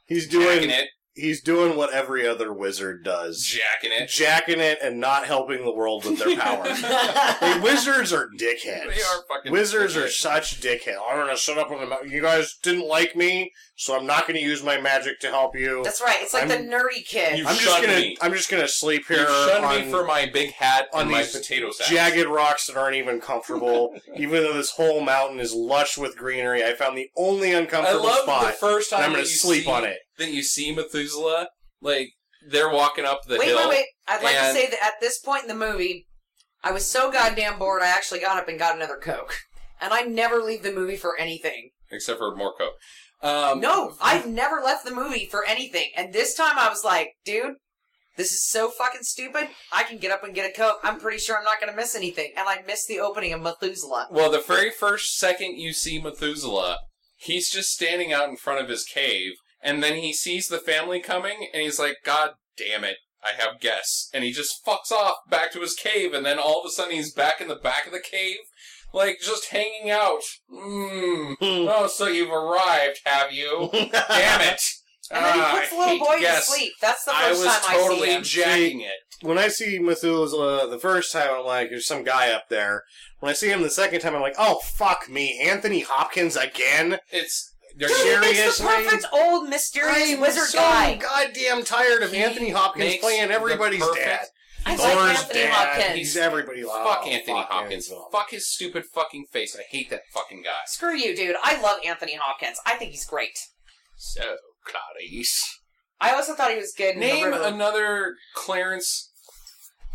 He's Jacking doing it, he's doing what every other wizard does. jacking it. Jacking it and not helping the world with their power. Like, wizards are dickheads. They are fucking Wizards are dickheads. such dickheads. I'm gonna shut up on the. ma- You guys didn't like me, so I'm not gonna use my magic to help you. That's right. It's like I'm- the nerdy kid. You- I'm just shunned gonna. me. I'm just gonna sleep You here shunned on me for my big hat on and my these potato sack. jagged rocks that aren't even comfortable. even though this whole mountain is lush with greenery, I found the only I uncomfortable love spot. the first time and I'm that gonna you sleep see, on it. Then you see Methuselah, like they're walking up the wait, hill. wait, wait. I'd like to and- say that at this point in the movie, I was so goddamn bored I actually got up and got another Coke. And I never leave the movie for anything. Except for Morco. Um, No, I've never left the movie for anything. And this time I was like, dude, this is so fucking stupid. I can get up and get a Coke. I'm pretty sure I'm not going to miss anything. And I missed the opening of Methuselah. Well, the very first second you see Methuselah, he's just standing out in front of his cave, and then he sees the family coming, and he's like, God damn it, I have guests. And he just fucks off back to his cave, and then all of a sudden he's back in the back of the cave, like just hanging out. Mmm. Oh, so you've arrived, have you? damn it. And then Ah, he I puts the little hate boy guests. to sleep. That's the I first was time I see totally him. jacking it. when I see Methuselah the first time, I'm like, there's some guy up there. When I see him the second time, I'm like, oh, fuck me. Anthony Hopkins again? It's. Dude, he makes the Seriously? perfect old mysterious I'm wizard so guy. goddamn tired of He Anthony Hopkins makes playing the everybody's perfect- dad. I Thor's like Anthony dad. Hopkins. He's everybody. oh, fuck Anthony fuck Hopkins. Anthony. Fuck his stupid fucking face. I hate that fucking guy. Screw you, dude. I love Anthony Hopkins. I think he's great. So, Clarice. I also thought he was good in Name the river. another Clarence.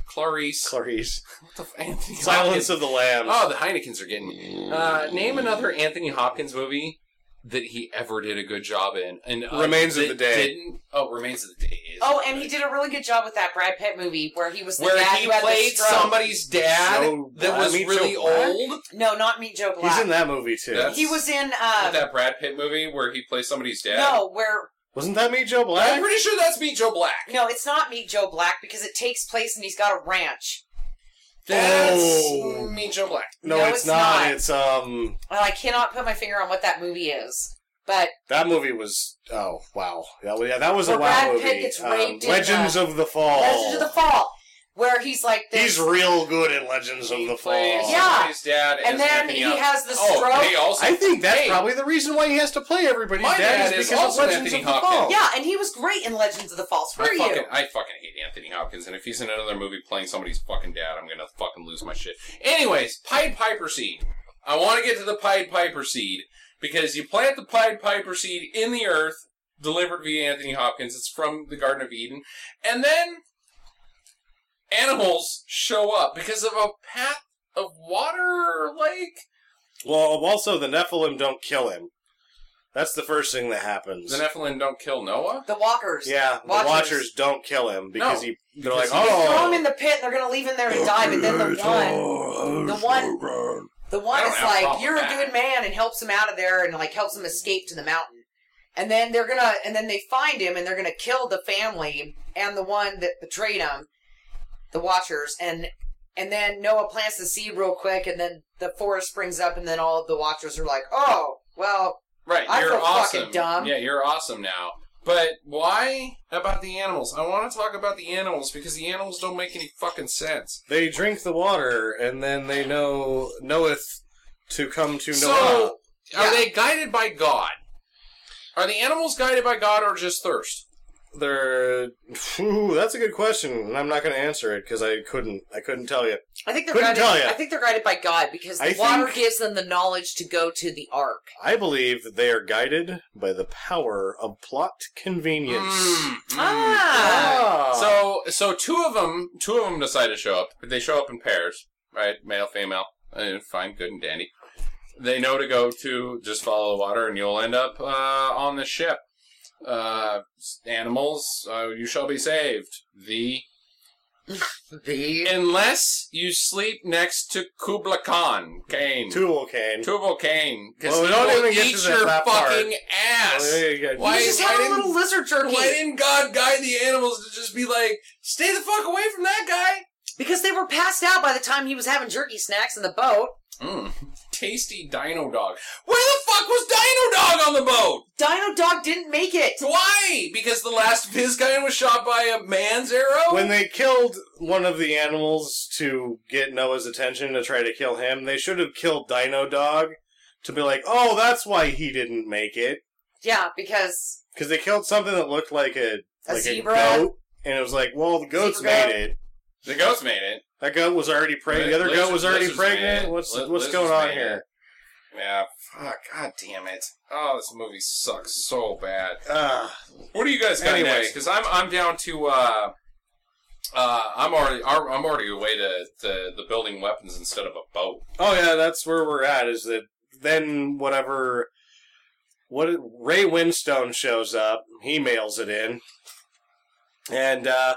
Clarice. Clarice. what the f- Anthony Silence Hopkins. of the Lambs. Oh, the Heinekens are getting. me. Uh, name another Anthony Hopkins movie that he ever did a good job in. And uh, Remains of that the Day. Didn't, oh, Remains of the Day. is oh, and he good. did a really good job with that Brad Pitt movie where he was the Where dad he who had played the stroke. somebody's dad Joe that Black- was Meet Joe really Black? old. No, not Meet Joe Black. He's in that movie, too. That's- He was in. Uh, that Brad Pitt movie where he plays somebody's dad. No, where Wasn't that me, Joe I'm Black? pretty sure that's Meet Joe Black. no, it's not Meet Joe Black because it takes place and he's got a ranch. That's Oh. Meet Joe Black. No, No, it's, it's not. not. It's, um... Well, I cannot put my finger on what that movie is, but That movie was oh wow that was, yeah that was Where a wow Brad movie. Pitt gets Um, raped in, Legends uh, of the Oh. Fall. Legend of the Fall, where he's like this. He's real good in Legends of He the plays Fall. Yeah. His dad and as then Anthony he Hopkins. has the Oh, stroke. they also. I think that's Hey, probably the reason why he has to play everybody's My dad is is because also of Legends Anthony of the Fall. Hopkins. Yeah, and he was great in Legends of the Fall. Screw I you. fucking, I fucking hate Anthony Hopkins, and if he's in another movie playing somebody's fucking dad, I'm gonna fucking lose my shit. Anyways, Pied Piper seed. I want to get to the Pied Piper seed because you plant the Pied Piper seed in the earth, delivered via Anthony Hopkins. It's from the Garden of Eden, and then animals show up because of a path of water lake. Well, also the Nephilim don't kill him. That's the first thing that happens. The Nephilim don't kill Noah. The Walkers. yeah, the Watchers. Watchers. don't kill him because No, he. They're because like, he- They throw him in oh, the pit and they're gonna leave him there to die, but then the one the one- the Oh. I one don't is have a like, problem You're with a that. good man and helps him out of there and like helps him escape to the mountain. And then they're gonna and then they find him and they're gonna kill the family and the one that betrayed him, the watchers, and and then Noah plants the seed real quick and then the forest springs up and then all of the watchers are like, Oh, well, Right, I you're feel awesome. fucking dumb. Yeah, you're awesome now. But why about the animals? I want to talk about the animals because the animals don't make any fucking sense. they drink the water and then they know knoweth to come to so, Noah. are Yeah. they guided by God? Are the animals guided by God or just thirst? They're. Ooh, that's a good question, and I'm not going to answer it because I couldn't. I couldn't tell you. I think they're Couldn't guided, tell ya. I think they're guided by God because the I water think- gives them the knowledge to go to the ark. I believe that they are guided by the power of plot convenience. Mm, mm. Ah. So, so two of them, two of them decide to show up. They show up in pairs, right? Male, female. Uh, fine, good and dandy. They know to go to just follow the water, and you'll end up uh, on the ship. Uh, animals, uh, you shall be saved. The The Unless you sleep next to Kubla Khan, Kane, Tubal Cain. Tubal Kane, because Well, we don't he will even get eat to the your fat part. fucking ass. Well, you got- Why you is- just had why a little lizard jerky Why didn't God guide the animals to just be like, stay the fuck away from that because they were passed out by the time he was having jerky snacks in the boat. guy? Mm, tasty Dino Dog. Where the fuck was Dino Dog on the boat? Dino Dog didn't make it. Why? Because the last Vizcayan was shot by a man's arrow? When they killed one of the animals to get Noah's attention to try to kill him, they should have killed Dino Dog to be like, oh, that's why he didn't make it. Yeah, because Because they killed something that looked like a, a like zebra. a goat, and it was like, well, the goat's Zebra goat. made it. the ghost made it. That goat was already pregnant. The other Lizard- goat was already lizard's made pregnant. it. What's Li- what's lizard's going on made here? it. Yeah, fuck, god damn it. Oh, this movie sucks so bad. Ah, What do you guys got Anyways. anyway? Because I'm I'm down to uh, uh, I'm already I'm already away to the the building weapons instead of a boat. oh yeah, that's where we're at. Is that then whatever? What Ray Winstone shows up, he mails it in, and uh,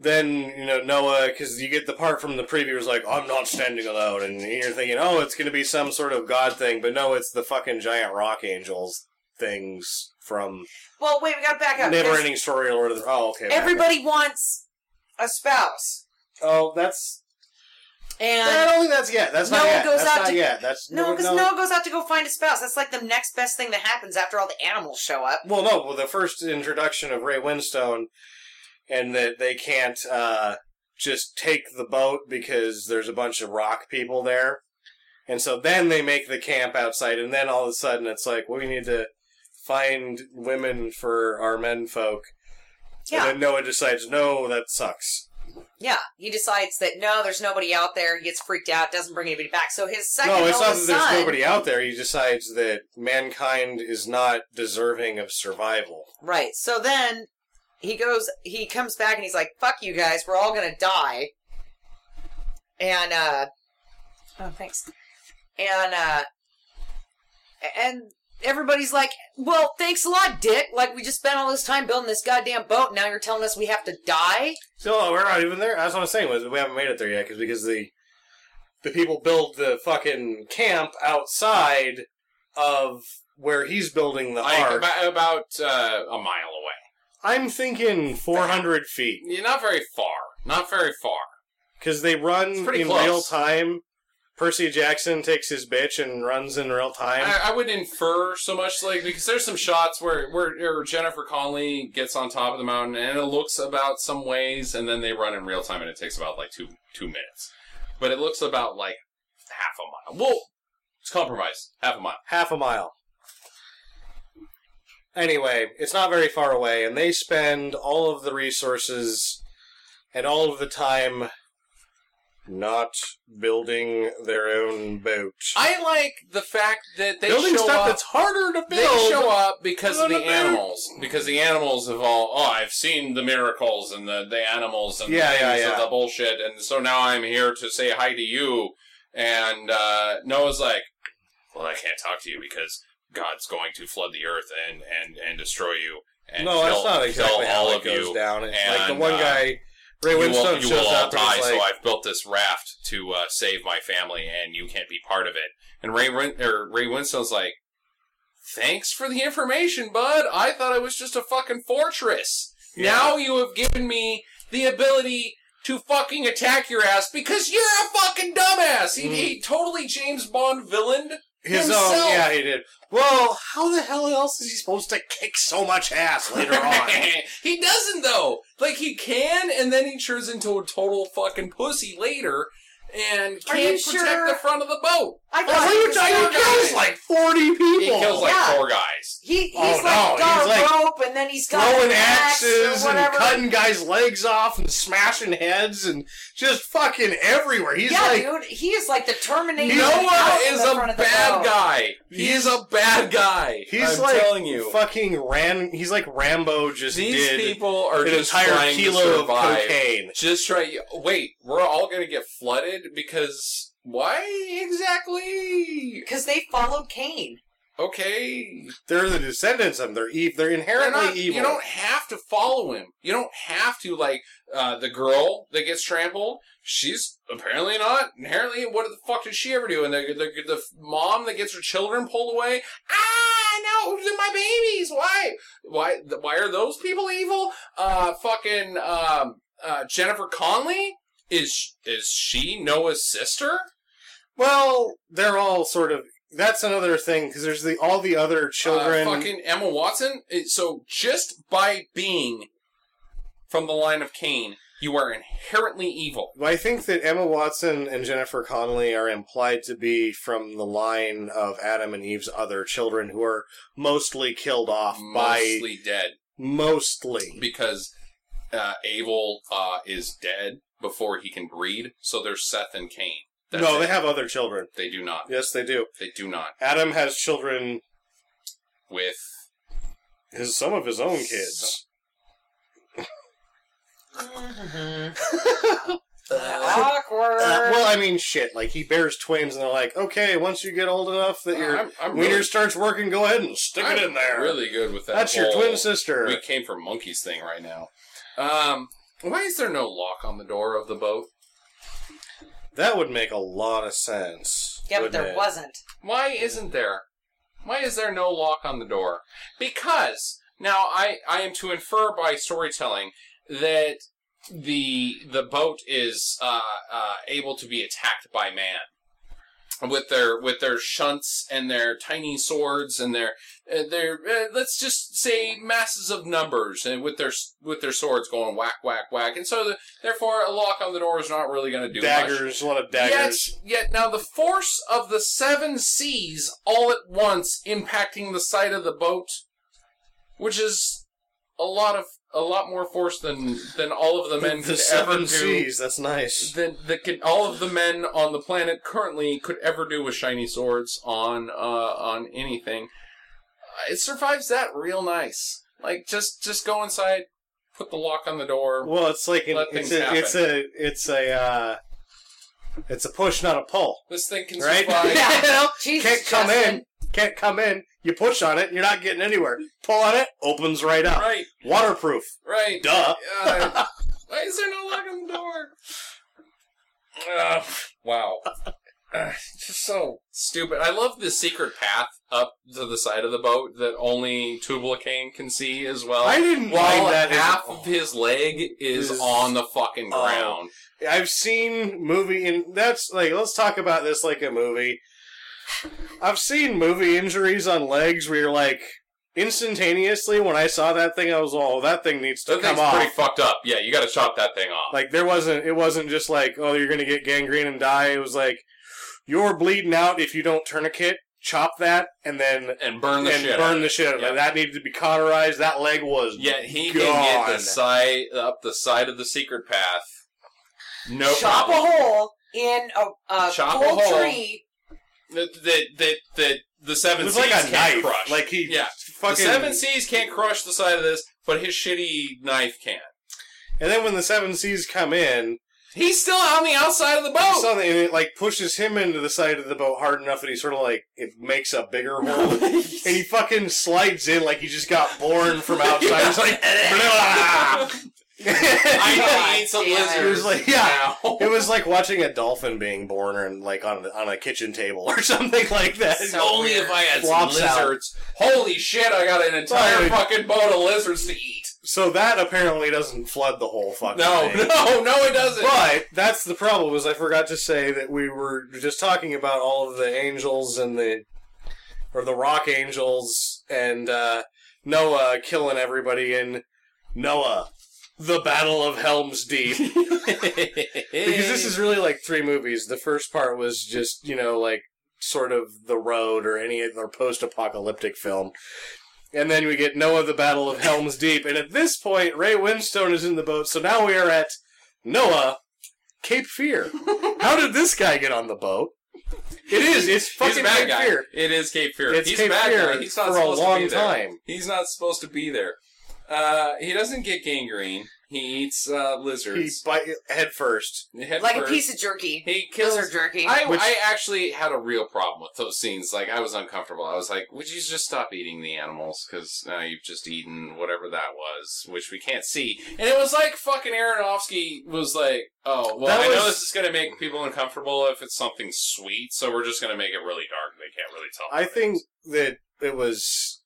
then you know Noah because you get the part from the preview is like I'm not standing alone, and you're thinking oh it's going to be some sort of god thing, but no, it's the fucking giant rock angels things from Well, wait, we gotta back up. Never There's- Ending Story or the oh okay back up. Everybody wants a spouse, oh that's I and don't think that's yet. That's not Noah yet. goes that's out not to- yet. That's no, because Noah goes out to go find a spouse. That's like the next best thing that happens after all the animals show up. Well, no. Well, the first introduction of Ray Winstone, and that they can't uh, just take the boat because there's a bunch of rock people there, and so then they make the camp outside, and then all of a sudden it's like we need to find women for our men folk. Yeah. And then Noah decides, no, that sucks. Yeah, he decides that no, there's nobody out there. He gets freaked out, doesn't bring anybody back. So his second no, it's not that oldest there's son, nobody out there. He decides that mankind is not deserving of survival. right? So then he goes, he comes back, and he's like, "Fuck you guys, we're all gonna die." And uh, oh, thanks. And uh, and everybody's like, "Well, thanks a lot, Dick. Like we just spent all this time building this goddamn boat, and now you're telling us we have to die." No, uh, we're not even there. That's what I'm saying. Was we haven't made it there yet 'cause- because the the people build the fucking camp outside of where he's building the Like ark. about, about uh, a mile away. I'm thinking 400 feet Yeah, not very far. Not very far. because they run It's in pretty close. real time. Percy Jackson takes his bitch and runs in real time. I, I would infer so much, like because there's some shots where, where where Jennifer Connelly gets on top of the mountain and it looks about some ways, and then they run in real time, and it takes about like two two minutes, but it looks about like half a mile. Well, it's compromise, half a mile. half a mile. Anyway, it's not very far away, and they spend all of the resources and all of the time not building their own boat. I like the fact that they building show stuff up. that's harder to they build. show up because of on the a boat. animals. Because the animals have all. Oh, I've seen the miracles and the, the animals and the, Yeah, yeah, things and yeah. the bullshit. And so now I'm here to say hi to you. And uh, Noah's like, well, I can't talk to you because God's going to flood the earth and and and destroy you. And no, that's kill- not kill exactly how all it of goes you. down. It's like the and, one uh, guy, Ray You will- Winstone, you will, shows all up die, and is so like, I've built this raft to uh, save my family, and you can't be part of it. And Ray Win- or Ray Winstone's like, "Thanks for the information, bud. I thought it was just a fucking fortress. Yeah. Now you have given me the ability." To fucking attack your ass because you're a fucking dumbass. He, Mm. he totally James Bond villain. his himself. own. Yeah, he did. Well, how the hell else is he supposed to kick so much ass later on? he doesn't though. Like he can, and then he turns into a total fucking pussy later, and Are you can't protect sure? the front of the boat. I Well, thought he he was was talking so about good. kills like 40 people. He kills like Yeah. four guys. He, he's Oh, like no, got he's a like rope, and then he's got throwing an axe axes or and whatever. cutting guys' legs off and smashing heads and just fucking everywhere. He's yeah, like, dude, he is like the Terminator. Noah out in is the a front of the bad boat. guy. He is a bad guy. he's I'm like telling you, fucking ram. He's like Rambo just these did people are an just entire trying to kilo of survive. cocaine. Just try. Wait, we're all gonna get flooded because why exactly? because they followed Cain. okay, They're the descendants of him. They're e- They're They're inherently not- evil. You don't have to follow him. You don't have to like uh, the girl that gets trampled. She's apparently not inherently. What the fuck did she ever do? And the the, the mom that gets her children pulled away. Ah, no, they're my babies. Why? Why? Why are those people evil? Uh, fucking um, uh, Jennifer Conley is is she Noah's sister? Well, they're all sort of. That's another thing because there's the all the other children. Uh, fucking Emma Watson. It- So just by being from the line of Cain, you are inherently evil. I think that Emma Watson and Jennifer Connelly are implied to be from the line of Adam and Eve's other children who are mostly killed off by Mostly dead mostly. because uh, Abel uh, is dead before he can breed. So there's Seth and Cain. That's no, it. they have other children. They do not. Yes, they do. They do not Adam has children, with his, some of his own kids. Mm-hmm. Awkward. Uh, well, I mean, shit. Like he bears twins, and they're like, okay, once you get old enough that your I'm, I'm wiener really- starts working, go ahead and stick I'm it in there. Really good with that. That's your whole- twin sister. We came from monkeys thing right now. Um, why is there no lock on the door of the boat? That would make a lot of sense. yeah, but wouldn't there it? wasn't. Why isn't there? Why is there no lock on the door? Because now I, I am to infer by storytelling that the the boat is uh, uh, able to be attacked by man with their with their shunts and their tiny swords and their uh, their uh, let's just say masses of numbers and with their s- with their swords going whack whack whack and so the, therefore a lock on the door is not really going to do much. daggers, a lot of daggers. Yet, yet now the force of the seven seas all at once impacting the side of the boat, which is a lot of a lot more force than than all of the men the could seven ever do. seas. That's nice. Than that could all of the men on the planet currently could ever do with shiny swords on uh, on anything. Uh, It survives that real nice. Like just just go inside, put the lock on the door. Well, it's like an, Let it's, things a, it's a it's a uh, it's a push, not a pull. This thing can Right? survive. Yeah. You know? Jesus, Can't come Justin. in. Can't come in. You push on it. You're not getting anywhere. Pull on it. Opens right up. Right, Waterproof. right. Duh. Uh, why is there no lock on the door? Uh, wow. Uh, just so stupid. I love the secret path up to the side of the boat that only Tubal-Cain can see as well. I didn't While mind that. half of his leg is, Is- on the fucking Oh. ground. I've seen movie and that's like let's talk about this like a movie. I've seen movie injuries on legs where you're like instantaneously when I saw that thing I was all oh, that thing needs to That come thing's off. pretty fucked up. Yeah, you gotta chop that thing off. like there wasn't it wasn't just like oh you're going to get gangrene and die. It was like you're bleeding out if you don't tourniquet, chop that and then and burn the and shit. out burn of the shit out of Yeah. it. That needed to be cauterized. That leg was it. yeah, he gone. can get the side up the side of the secret path. No chop problem. a hole in a, a Chop a full hole. tree. that that that, that the it seven was seas like a can't knife. crush. Like he yeah, fucking the seven seas can't crush the side of this, but his shitty knife can. And then when the seven seas come in, He's still on the outside of the boat. something and it like pushes him into the side of the boat hard enough that he sort of like it makes a bigger hole, and he fucking slides in like he just got born from outside. He's like, "Blah!" I God need to eat some damn it. lizards. He was like, yeah. now. it was like watching a dolphin being born and like on on a kitchen table or something like that. So- Only if I had some Flops out. lizards. Holy shit! I got an entire Sorry. fucking boat of lizards to eat. So that apparently doesn't flood the whole fucking No, thing. no, no, it doesn't. But that's the problem. Was I forgot to say that we were just talking about all of the angels and the or the rock angels and uh, Noah killing everybody in Noah, the Battle of Helm's Deep. because this is really like three movies. The first part was just you know like sort of the road or any other post-apocalyptic film. And then we get Noah, the Battle of Helm's Deep, and at this point, Ray Winstone is in the boat. So now we are at Noah, Cape Fear. How did this guy get on the boat? It is. He's It's fucking a bad Cape guy. Fear. It is Cape Fear. It's He's Cape a bad Fear guy. He's not for a supposed long to be there. time. He's not supposed to be there. Uh, he doesn't get gangrene. He eats uh, He lizards. bite head first. Head like first. a piece of jerky. He kills. Lizard jerky. I, Which- I actually had a real problem with those scenes. Like, I was uncomfortable. I was like, would you just stop eating the animals? Because now you've just eaten whatever that was, which we can't see. And it was like fucking Aronofsky was like, oh, well, That I know was- this is going to make people uncomfortable if it's something sweet, so we're just going to make it really dark. They can't really tell. I what it think is." that it was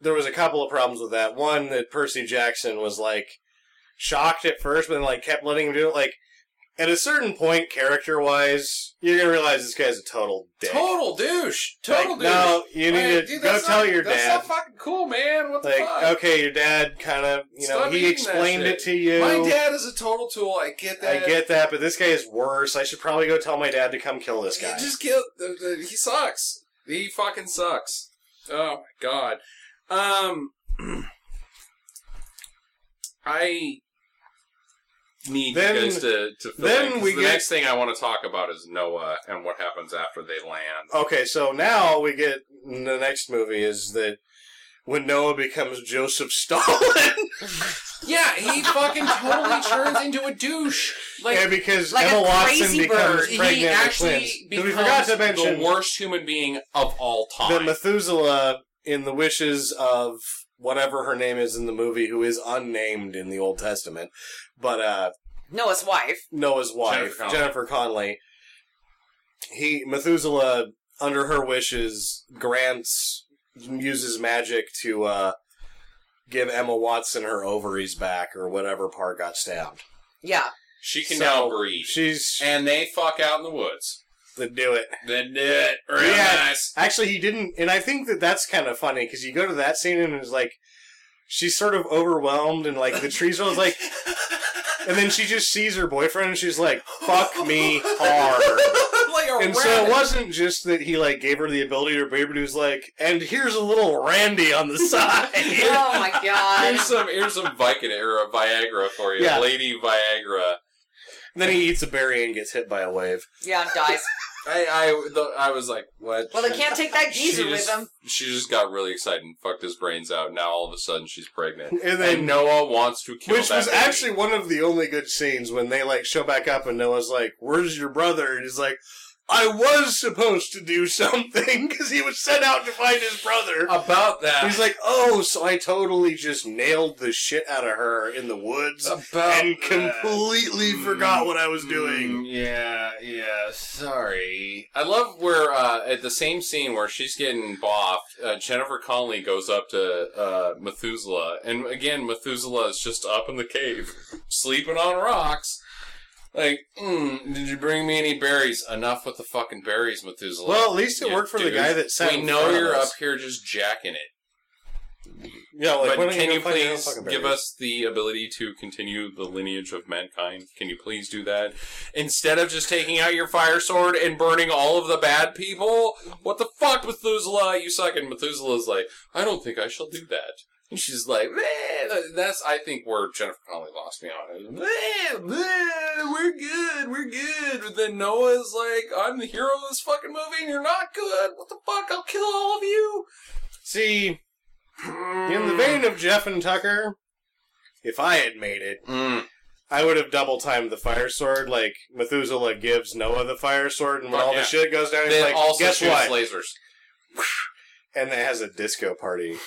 there was a couple of problems with that. One that Percy Jackson was like shocked at first, but then like kept letting him do it. Like at a certain point, character wise, you're gonna realize this guy's a total dick. Total douche. Total Like, douche. no, you need Like, to dude, go that's tell not- your that's dad. not fucking cool, man. What the Like, fuck? okay, your dad kind of, you Stop know, he eating that explained it shit. to you. My dad is a total tool. I get that. I get that, but this guy is worse. I should probably go tell my dad to come kill this guy. He just killed. The, the, he sucks. He fucking sucks. Oh my god. Um, I need Then- you guys to to fill then in, 'cause we the get- next thing I want to talk about is Noah and what happens after they land. Okay, so now we get the next movie is that when Noah becomes Joseph Stalin, Yeah, he fucking totally turns into a douche. Like and because like a Emma Watson crazy becomes bird. pregnant he with actually twins. becomes 'Cause we forgot to the mention worst human being of all that time. Methuselah in the wishes of whatever her name is in the movie, who is unnamed in the Old Testament, but uh, Noah's wife. Noah's wife, Jennifer Connelly. Jennifer Conley. He Methuselah, under her wishes, grants uses magic to uh, give Emma Watson her ovaries back or whatever part got stabbed. Yeah. she can So, now breathe, She's and they fuck out in the woods. to do it. Then do it real Yeah. nice. Actually, he didn't, and I think that that's kind of funny because you go to that scene and it's like she's sort of overwhelmed and like the trees are like, and then she just sees her boyfriend and she's like, "Fuck me hard." like a And rat. so it wasn't just that he like gave her the ability to baby he was like, and here's a little Randy on the side. Oh my god. Here's some here's some Vicodin or a Viagra for you, Yeah. Lady Viagra. then he eats a berry and gets hit by a wave. Yeah, dies. I I, the, I was like, what? Well, they can't take that She geezer with just- them. She just got really excited and fucked his brains out. Now all of a sudden she's pregnant, And and, then Noah wants to kill. Which that was baby. actually one of the only good scenes when they like show back up and Noah's like, "Where's your brother?" And he's like, "I was supposed to do something because he was sent out to find his brother." about that. He's like, "Oh, so I totally just nailed the shit out of her in the woods about and completely forgot what I was doing." Mm, yeah, yeah. Sorry. I love where uh, at the same scene where she's getting boffed, uh, Jennifer Connelly goes up to uh, Methuselah, and again Methuselah is just up in the cave, sleeping on rocks. Like, mm, did you bring me any berries? Enough with the fucking berries, Methuselah. Well, at least it You worked for the douche. guy that sat. We in know front of you're us. up here just jacking it. Yeah, like, why but don't can go you find your own please fucking give berries? us the ability to continue the lineage of mankind? Can you please do that instead of just taking out your fire sword and burning all of the bad people? What the fuck, Methuselah? You suck. And Methuselah's like, I don't think I shall do that. And she's like, "Meh." that's I think where Jennifer Connelly lost me on it. "Meh, meh, We're good, we're good. But then Noah's like, I'm the hero of this fucking movie, and you're not good. What the fuck? I'll kill all of you. See, in the vein of Jeff and Tucker, if I had made it. Mm. I would have double timed the fire sword. Like Methuselah gives Noah the fire sword, and when Fuck all yeah. the shit goes down, he's They like, also "Guess shoots what?" lasers. and then has a disco party.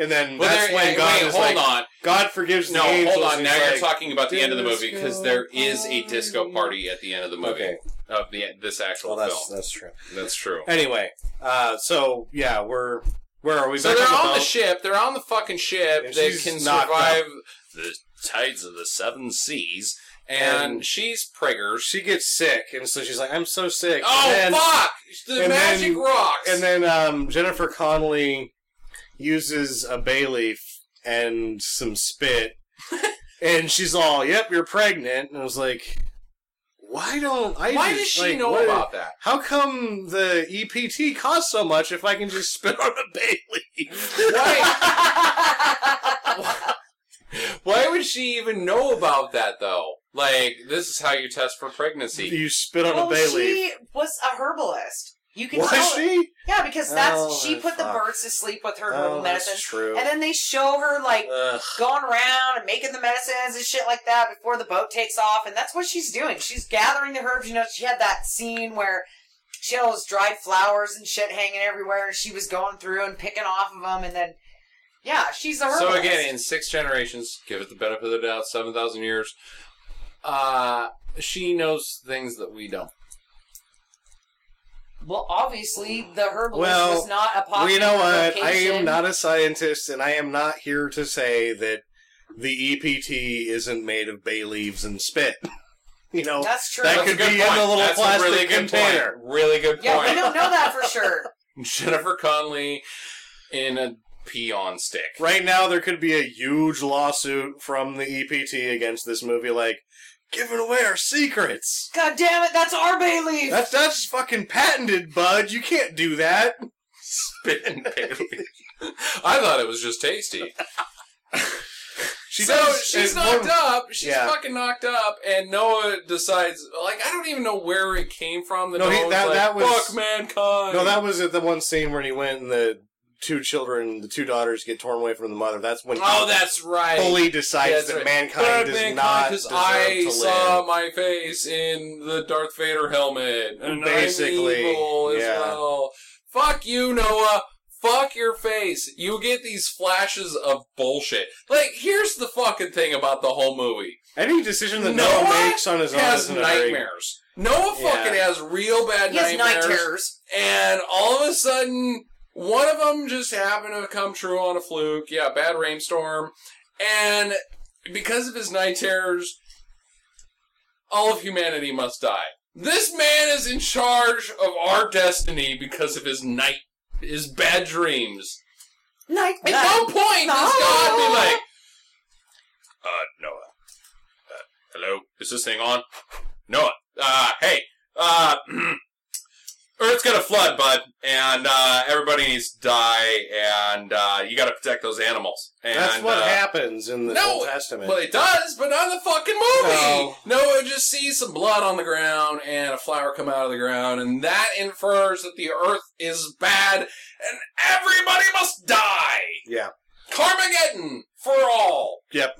And then Well, that's there- when wait, God is hold like, on. "God forgives the No, angels." hold on. and Now he's you're like, talking about the end of the movie because disco there is a disco party. party at the end of the movie Okay, of the this actual well that's film. that's true. That's true. Anyway, uh, so yeah, we're where are we? So Back they're the on the boat? ship. They're on the fucking ship. And they she's can knocked survive the tides of the seven seas. And, And- she's Prigger. She gets sick, and so she's like, "I'm so sick." oh and then, fuck! The and magic then- rocks. And then um, Jennifer Connelly uses a bay leaf and some spit, and she's all, "Yep, you're pregnant." And I was like, "Why don't I?" why just, does she like, know what- about that? How come the EPT costs so much if I can just spit on a bay leaf? Why? why would she even know about that though? Like this is how you test for pregnancy. you spit on well, a bay leaf. she was a herbalist. You can Was tell. she? Yeah, because that's Oh, she put the fuck. birds to sleep with her Oh, herbal medicine, that's true. and then they show her like Ugh. going around and making the medicines and shit like that before the boat takes off, and that's what she's doing. She's gathering the herbs. You know, she had that scene where she had all those dried flowers and shit hanging everywhere, and she was going through and picking off of them, and then yeah, she's a herbalist. So again, in six generations, give it the benefit of the doubt, seven thousand years. Uh she knows things that we don't. well, obviously the herbalist Well, was not a Well, popular. you know what? I am vocation. not a scientist, and I am not here to say that the EPT isn't made of bay leaves and spit. You know, That's true. That That's a could good be in the point. little That's a plastic really good container. Point. Really good yeah, we point. don't know that for sure. Jennifer Conley in a peon stick. right now there could be a huge lawsuit from the EPT against this movie, like giving away our secrets. God damn it, that's our bay leaf. That's that's fucking patented, bud. You can't do that. Spit and Bailey. I thought it was just tasty. She so does- she's and knocked one- up. She's Yeah. fucking knocked up, and Noah decides. Like I don't even know where it came from. That No, he- Noah was that- like, that was- fuck mankind. No, that was at the one scene where he went and the two children, the two daughters, get torn away from the mother. That's when. he Oh, that's right. fully Yeah, decides that's that right. mankind does not Because deserve I to saw live. my face in the Darth Vader helmet, and Basically, I'm evil as yeah. well. Fuck you, Noah. Fuck your face. You get these flashes of bullshit. Like, here's the fucking thing about the whole movie. Any decision that Noah Noah, makes on his own has is a very- nightmares. Noah Yeah. fucking has real bad he has night nightmares. terrors. and all of a sudden, one of them just happened to come true on a fluke. Yeah, bad rainstorm. And because of his night terrors, all of humanity must die. This man is in charge of our destiny because of his night, his bad dreams. Night. At no point does God be like, uh, Noah, uh, hello, is this thing on? Noah, uh, hey, uh, Earth's gonna flood, bud, and uh, everybody needs to die, and uh, you gotta protect those animals. And, That's what uh, happens in the No, Old Testament. Well, it does, but not in the fucking movie. No. Noah just sees some blood on the ground and a flower come out of the ground, and that infers that the Earth is bad, and everybody must die. yeah. Carmageddon for all. Yep.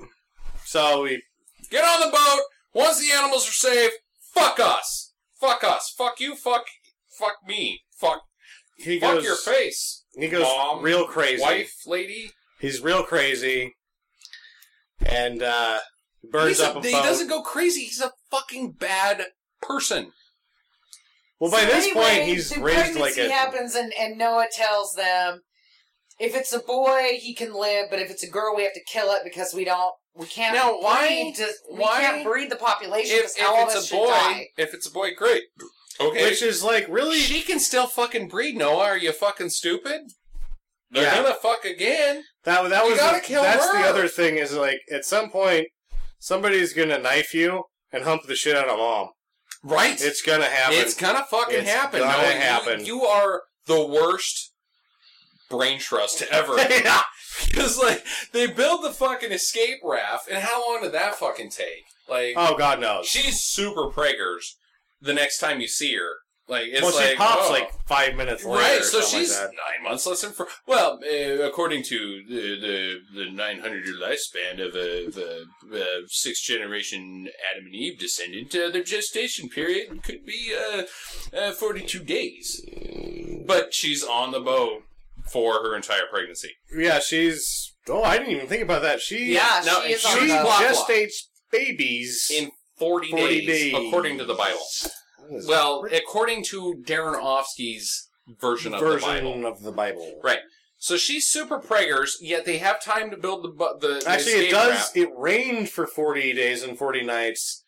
So we Get on the boat. Once the animals are safe, fuck us. Fuck us. Fuck you. Fuck. Fuck me. Fuck. he fuck goes your face, he goes Mom, real crazy. wife, lady. He's real crazy, and uh, burns He's a- up a, he boat. doesn't go crazy. He's a fucking bad person. well, by So this anyway, point, he's the raised like pregnancy a happens, and, and Noah tells them, if it's a boy, he can live, but if it's a girl, we have to kill it because we don't, we can't. Now, why- breed to- we why- can't breed the population If, because if all of us it's a should boy, die. if it's a boy, great. Okay. which is like really she can still fucking breed. Noah, are you fucking stupid? They're Yeah. gonna fuck again. That that You was gotta kill that's her. the other thing is like at some point somebody's gonna knife you and hump the shit out of mom. Right. It's gonna happen. It's gonna fucking It's happen. gonna Noah. You- happen. You, are the worst brain trust ever. yeah. Because like they build the fucking escape raft, and how long did that fucking take? Like Oh God knows. she's super preggers. The next time you see her, like it's well, like she pops oh. like five minutes later. Right, or so something she's like nine months less than. Fr- well, uh, according to the the, the nine hundred year lifespan of a, the uh, sixth generation Adam and Eve descendant, uh, their gestation period could be uh, uh, forty two days. But she's on the boat for her entire pregnancy. that. yeah, she's. Oh, I didn't even think about that. She yeah, no, she is she- she on the block- gestates babies In forty, days, 40 days. according to the Bible. That is Well, a according to Darren Ofsky's version of the Bible. version of the Bible. Right. So she's super preggers, yet they have time to build the bu- the. the Actually, it escape does. route. It rained for forty days and forty nights.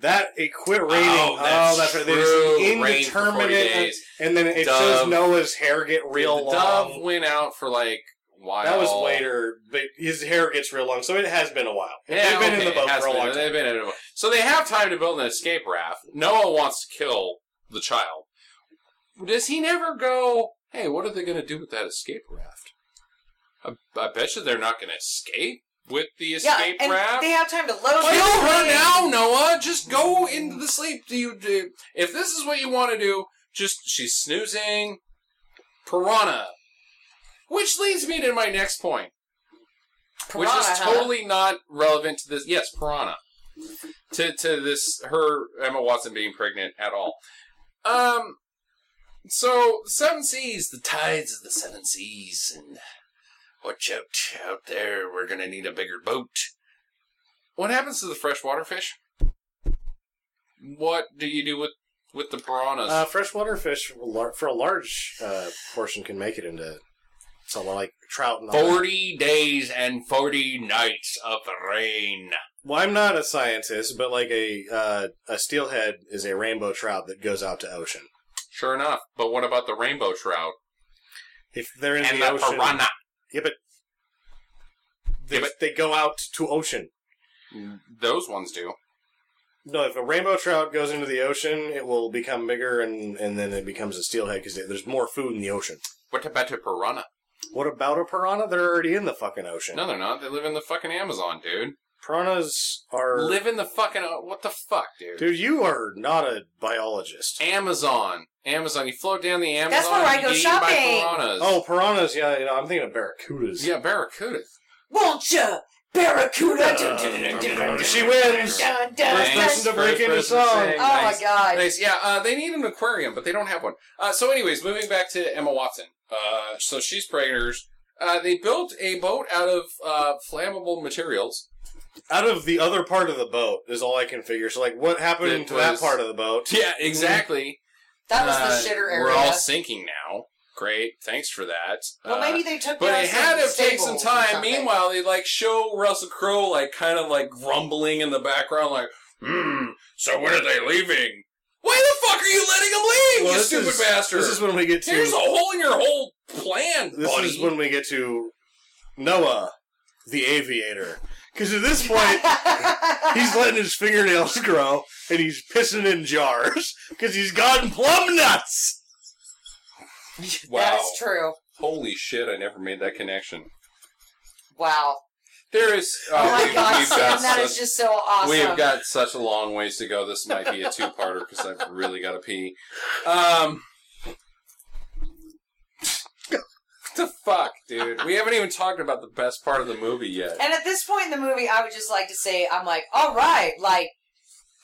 That it quit raining. Oh, that's right. true. There's an Rained for 40 indeterminate, uh, days. and then it Dove. shows Noah's hair get real the long. dove went out for like a while. that was later, but his hair gets real long, so it has been a while. Yeah, They've been okay, in the boat it has for a been. long time. They've been in the boat. So they have time to build an escape raft. Noah wants to kill the child. Does he never go? Hey, what are they going to do with that escape raft? I, I bet you they're not going to escape with the yeah, escape and raft. they have time to load Kill the her plane. now, Noah. Just go into the sleep. Do you do? If this is what you want to do, Just she's snoozing. Piranha. Which leads me to my next point, which Piranha, is huh? totally not relevant to this. Yes, Piranha. To to this her Emma Watson being pregnant at all. Um. So seven seas, the tides of the seven seas, and watch out out there. We're gonna need a bigger boat. What happens to the freshwater fish? What do you do with with the piranhas? Uh, freshwater fish for lar- for a large uh, portion can make it into something like trout and all that. Forty days and forty nights of rain. Well, I'm not a scientist, but like a uh, a steelhead is a rainbow trout that goes out to ocean. Sure enough, but what about the rainbow trout If they're in and the, the, ocean, piranha? yeah, but they, Yeah, but- they go out to ocean. Those ones do. No, if a rainbow trout goes into the ocean, it will become bigger, and and then it becomes a steelhead because there's more food in the ocean. What about a piranha? What about a piranha? They're already in the fucking ocean. No, they're not. They live in the fucking Amazon, dude. Piranhas are. Live in the fucking uh, what the fuck, Er. dude? Dude, you are not a biologist. Amazon, Amazon. You float down the Amazon. That's where I you go get eaten by shopping. piranhas. Oh, piranhas. Yeah, you know, I'm thinking of barracudas. yeah, barracuda. Won't ya, Barracuda? She wins. Dun, dun, First person dun. to break Uh, First person into to song. say Oh nice. my god. Nice. Yeah, uh, they need an aquarium, but they don't have one. Uh, so, anyways, moving back to Emma Watson. Uh, so she's pregnant. Uh, they built a boat out of uh, flammable materials. Out of the other part of the boat is all I can figure. So, like, what happened It to that was- part of the boat? Yeah, exactly. That was Uh, the shitter area. We're all sinking now. Great, thanks for that. well, Uh, maybe they took but down it had to some take some stables or time. something. Meanwhile, they like show Russell Crowe like kind of like grumbling in the background, like, "Hmm. So when are they leaving? Why the fuck are you letting them leave, Well, you this stupid is- bastard? This is when we get to. Here's a hole in your whole plan, this buddy. is when we get to Noah, the aviator. Because at this point, he's letting his fingernails grow and he's pissing in jars because he's gotten plum nuts. wow. That's true. Holy shit, I never made that connection. Wow. There is. Oh my we've- god, we've got Sam, that is such- just so awesome. We have got such a long ways to go. This might be a two-parter because I've really got to pee. Um, what the fuck, dude? We haven't even talked about the best part of the movie yet. And at this point in the movie, I would just like to say, I'm like, all right, like,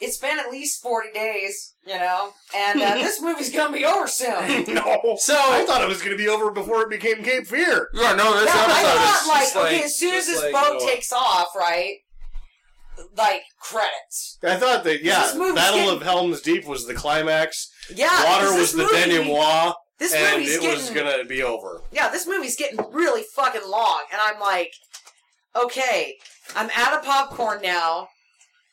it's been at least 40 days, you know, and uh, this movie's gonna be over soon. Yeah, no. So, I thought it was going to be over before it became Cape Fear. yeah, no, this I episode thought, is like, just okay, as soon as just like, this boat no- takes off, right, like, credits. I thought that, yeah, This movie's Battle getting- of Helm's Deep was the climax. Yeah, Water 'cause was this the movie, denouement, This and movie's it getting, was going to be over. yeah, this movie's getting really fucking long, and I'm like, okay, I'm out of popcorn now,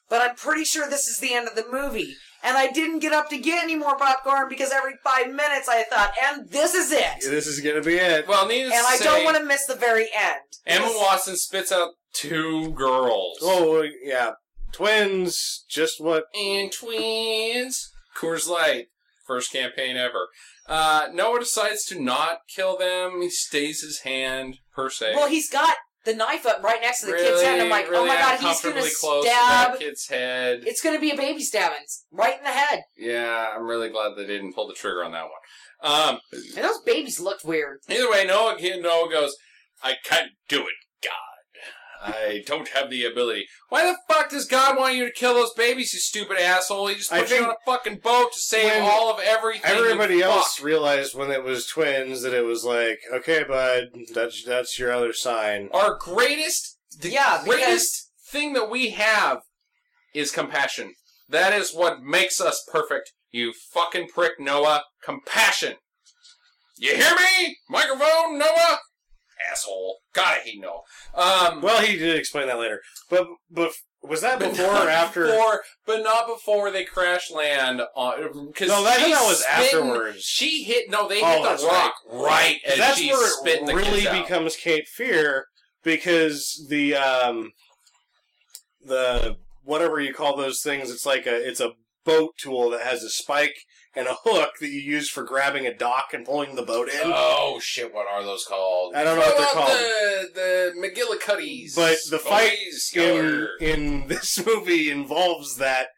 but I'm pretty sure this is the end of the movie. And I didn't get up to get any more popcorn because every five minutes I thought, and this is it. This is going to be it. Well, needless And to I say, don't want to miss the very end. Emma Watson spits out two girls. Oh, yeah. Twins, just what. and twins. Coors Light, first campaign ever. Uh, Noah decides to not kill them. He stays his hand per se. Well, he's got the knife up right next to the kid's head. I'm like, oh really my god, he's uncomfortably gonna close to that stab. kid's head. It's gonna be a baby stabbing right in the head. Yeah, I'm really glad they didn't pull the trigger on that one. Um, And those babies looked weird. either way, Noah Noah goes, I can't do it, God. I don't have the ability. Why the fuck does God want you to kill those babies, you stupid asshole? He just I put you think on a fucking boat to save when all of everything. you Everybody else fuck. realized when it was twins that it was like, okay, bud, that's, that's your other sign. our greatest the Yeah, because- greatest thing that we have is compassion that is what makes us perfect you fucking prick noah compassion you hear me microphone noah asshole god i hate noah um Well, he did explain that later. But but was that but before not or after? before- but not before they crash land on because No, that- I think that was afterwards. afterwards she hit no they Oh, hit that's the rock right, as That's she where spit it the really kids out. becomes Cape Fear because the um the whatever you call those things, it's like a it's a boat tool that has a spike and a hook that you use for grabbing a dock and pulling the boat in. Oh shit! What are those called? I don't know what they're Throw out called. The, the McGillicuddies. But the fight Boys, in, your- in this movie involves that,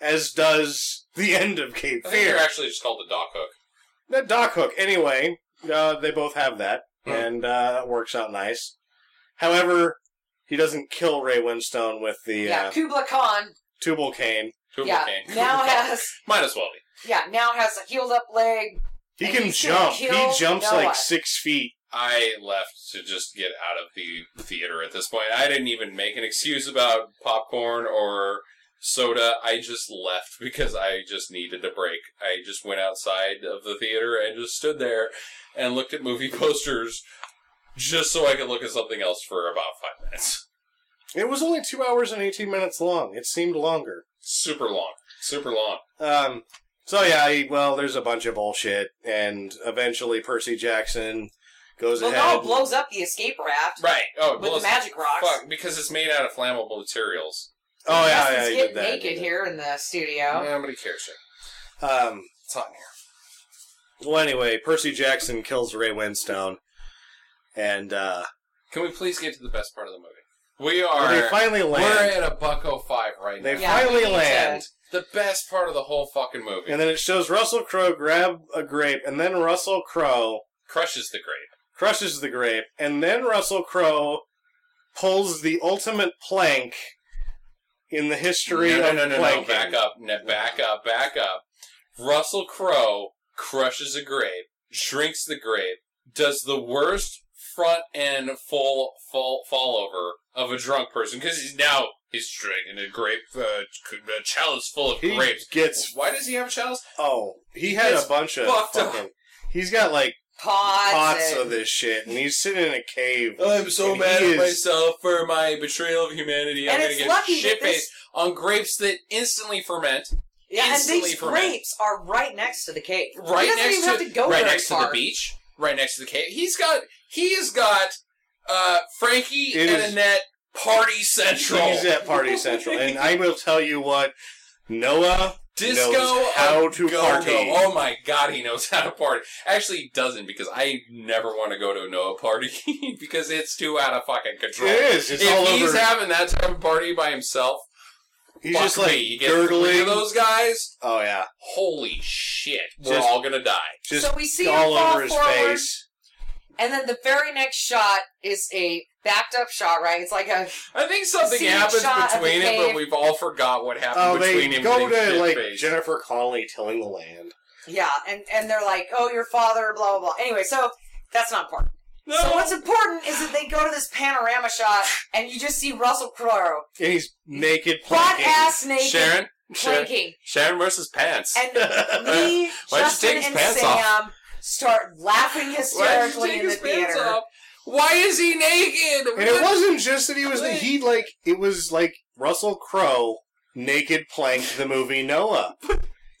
as does the end of Cape I think they're Fear. actually just called the dock hook. The dock hook. Anyway, uh, they both have that, and uh, that works out nice. However, he doesn't kill Ray Winstone with the Yeah, uh, Kubla Khan. Tubal cane. Tubal yeah, Cain. now has Might as well be. yeah now has a healed up leg. He And can he's gonna jump. kill He jumps Noah. like six feet. I left to just get out of the theater at this point. I didn't even make an excuse about popcorn or soda. I just left because I just needed a break. I just went outside of the theater and just stood there and looked at movie posters just so I could look at something else for about five minutes. It was only two hours and eighteen minutes long. It seemed longer. Super long. Super long. Um, so yeah, he, well, there's a bunch of bullshit, and eventually Percy Jackson goes Well, ahead. no, it blows up the escape raft Right. Oh, it with the blows- magic rocks. Fuck, because it's made out of flammable materials. oh yeah, yeah, Justin's he getting did that. he naked did here in the studio. Nobody cares. Shit. that. Um, It's hot in here. well, anyway, Percy Jackson kills Ray Winstone, and uh, Can we please get to the best part of the movie? We when are. they finally land. We're at a buck oh five right They now. Yeah, we finally need to- land, The best part of the whole fucking movie and then it shows Russell Crowe grab a grape, and then Russell Crowe crushes the grape. crushes the grape, and then Russell Crowe pulls the ultimate plank in the history no, of no, no, no, no, planking. back up, no, back up, back up. Russell Crowe crushes a grape, drinks the grape, does the worst front end full fall fall over of a drunk person because he's now he's drinking a grape uh, a chalice full of He grapes. gets Why does he have a chalice? oh, he had It's a bunch of fucked up. fucking. He's got like Pots, pots and- of this shit, and he's sitting in a cave. Oh, I'm so And mad he at is- myself for my betrayal of humanity. and I'm gonna it's get lucky shit that this faced on grapes that instantly ferment. yeah, and instantly these ferment. grapes are right next to the cave. he right doesn't next even to, have to go right very next far. to the beach, right next to the cave. He's got he's got uh, Frankie It and is- Annette party central He's at Party Central, and I will tell you what, Noah. disco. knows how to go-go. party. Oh my god, he knows how to party. Actually, he doesn't because I never want to go to a Noah party because it's too out of fucking control. It is. It's if all he's over. having that type of party by himself, he's fuck just like me. you get three gurgling. of those guys. Oh yeah, Holy shit, we're Just- all gonna die. just so we see him all fall over his forward, face. and then the very next shot is a backed up shot. Right, it's like a I think something Scenic happens shot of between the it, but cave. we've all forgot what happened Oh, between they him go and his to like face. Jennifer Connelly tilling the land. yeah, and and they're like, oh, your father, blah blah blah. Anyway, so that's not important. no, So what's important is that they go to this panorama shot, and you just see Russell Crowe And he's Mm. naked butt planking. ass naked Sharon? Sharon, planking, Sharon versus pants. and me, Why'd you Justin, take his and pants Sam off? start laughing hysterically in the theater. Why is he naked? And it wasn't just that he was he like it was like Russell Crowe naked planked the movie Noah.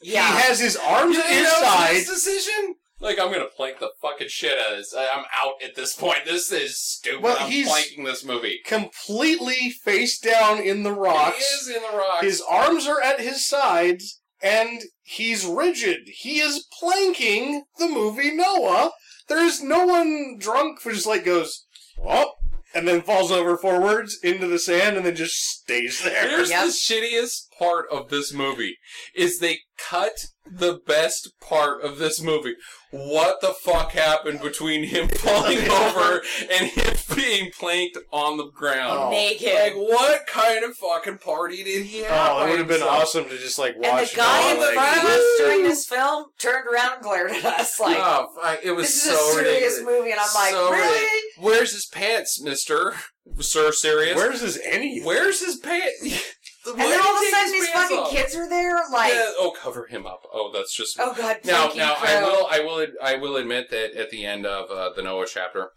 Yeah, He has his arms at his his sides. decision. Like I'm gonna plank the fucking shit out of this. I, I'm out at this point. This is stupid. Well, I'm he's- planking this movie. completely face down in the rocks. He is in the rocks. His arms are at his sides and he's rigid. He is planking the movie Noah. There's no one drunk who just like goes, "Oh," and then falls over forwards into the sand and then just stays there. Here's Yep. the shittiest part of this movie is they cut the best part of this movie. What the fuck happened between him falling over and him being planked on the ground? Oh. naked. Like what kind of fucking party did he have? Oh, it by would have been himself? awesome to just like watch. and the guy Noah, in like, front of us woo! during this film turned around and glared at us like, oh, fuck, it was "This so is a serious ridiculous. movie," and I'm like, So "Really?" ridiculous. Where's his pants, Mister Sir? Serious? Where's his any? Where's his pants? And then all of a sudden, these fucking kids are there, like, Yeah, oh, cover him up. Oh, that's just "Oh God, Now, Frankie now I Crow." will, I will, I will admit that at the end of uh, the Noah chapter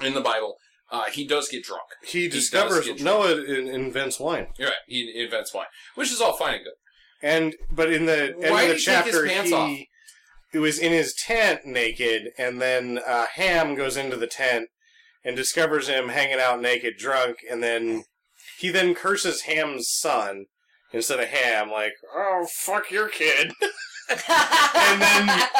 in the Bible, uh, he does get drunk. He does discovers get Noah in, invents wine, You're right. He invents wine, which is all fine and good. and but in the end Why of did the he take his chapter pants he. off? It was in his tent naked, and then uh, Ham goes into the tent and discovers him hanging out naked, drunk, and then he then curses Ham's son instead of Ham, like "Oh fuck your kid." and then-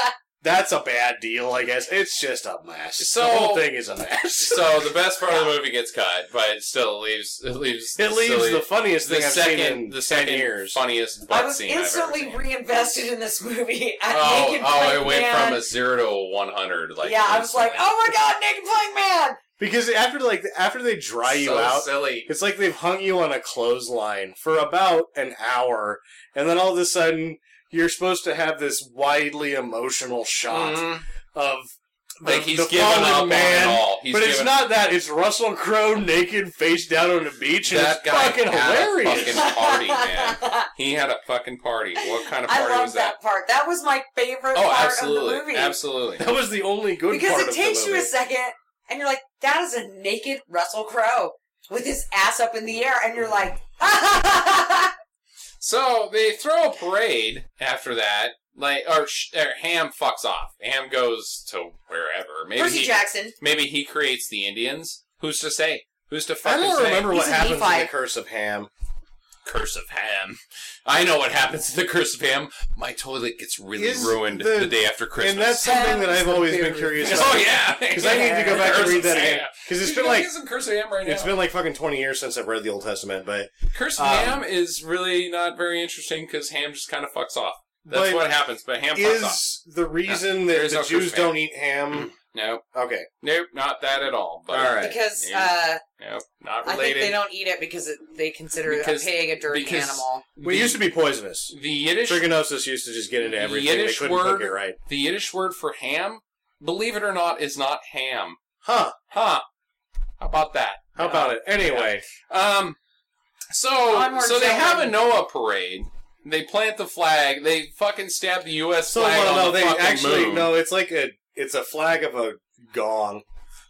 That's a bad deal, I guess. It's just a mess. So- the whole thing is a mess. So the best part of the movie gets cut, but it still leaves it leaves It leaves silly- the funniest thing I've second seen in the second ten years. funniest butt I was scene I've ever instantly seen. reinvested in this movie. At Oh, Naked oh! Plank It went Man. from a zero to a one hundred. Like yeah, I was like, instantly. oh my god, Naked Plank Man! Because after like after they dry you So out, silly. it's like they've hung you on a clothesline for about an hour, and then all of a sudden you're supposed to have this widely emotional shot Mhm. of Like the- he's the given fallen up man. on it all. He's but it's given- not that. It's Russell Crowe naked, face down on the beach, and That it's guy fucking had a hilarious. fucking- party, man. He had a fucking party. What kind of I party love was that? part. That was my favorite Oh, part absolutely, of the movie. absolutely. That was the only good Because part it of takes the you movie. a second and you're like, that is a naked Russell Crowe with his ass up in the air, and you're like, So they throw a parade after that. Like, or, sh- or Ham fucks off. Ham goes to wherever. Maybe Percy he, Jackson. maybe he creates the Indians. Who's to say? Who's to I fucking don't say? remember what He's a happens in Nephi. the Curse of Ham. Curse of Ham. I know what happens to the Curse of Ham. My toilet gets really Is ruined the- the day after Christmas. And that's something that That is I've the always been very- curious about. oh yeah, Because I need to go back and read that again. Because it's been like some Curse of Ham right now. it's been like fucking twenty years since I've read the Old Testament, but Curse of Um, Ham is really not very interesting because Ham just kind of fucks off. That's But what happens, but Ham fucks off. is the reason that there's the no Mm. Jews Christmas man. don't eat ham? Nope, Okay, nope, not that at all. But All right. Because Maybe. uh, nope, not I think related. they don't eat it because it, they consider Because- a pig a dirty because- animal. well, it used to be poisonous. the Yiddish Trigonosis used to just get into The everything. They Yiddish couldn't cook word- it right, the Yiddish word for ham, believe it or not, is not ham. huh? Huh? How about that? How about it? Anyway, Um, so Onward, so they have a gentlemen. Noah parade. They plant the flag. They fucking stab the U.S. so flag well, on no, the they fucking actually moon. no. It's like a it's a flag of a gong.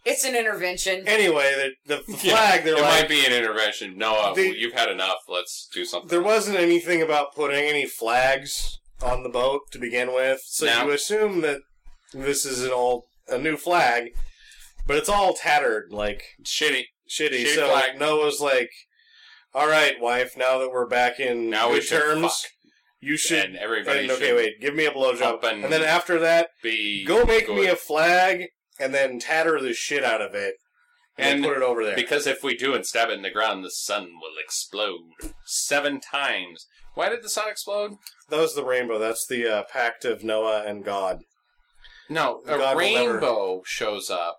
It's an intervention. Anyway, the the, the Yeah, flag. They're it like might be an intervention. Noah, They- you've had enough. Let's do something. there wasn't anything about putting any flags on the boat to begin with, so No. you assume that this is an old a new flag, but it's all tattered, like Shitty. shitty. Shitty so flag. Noah's like, "All right, wife, now that we're back in Now we good should terms, fuck. you should." and everybody and, should okay, wait, give me a blowjob, up and- and then after that, be go make me good. a flag, and then tatter the shit out of it, and, And put it over there. Because if we do and stab it in the ground, the sun will explode seven times. Why did the sun explode? that was the rainbow. That's the uh, pact of Noah and God. No, a God will never- rainbow shows up.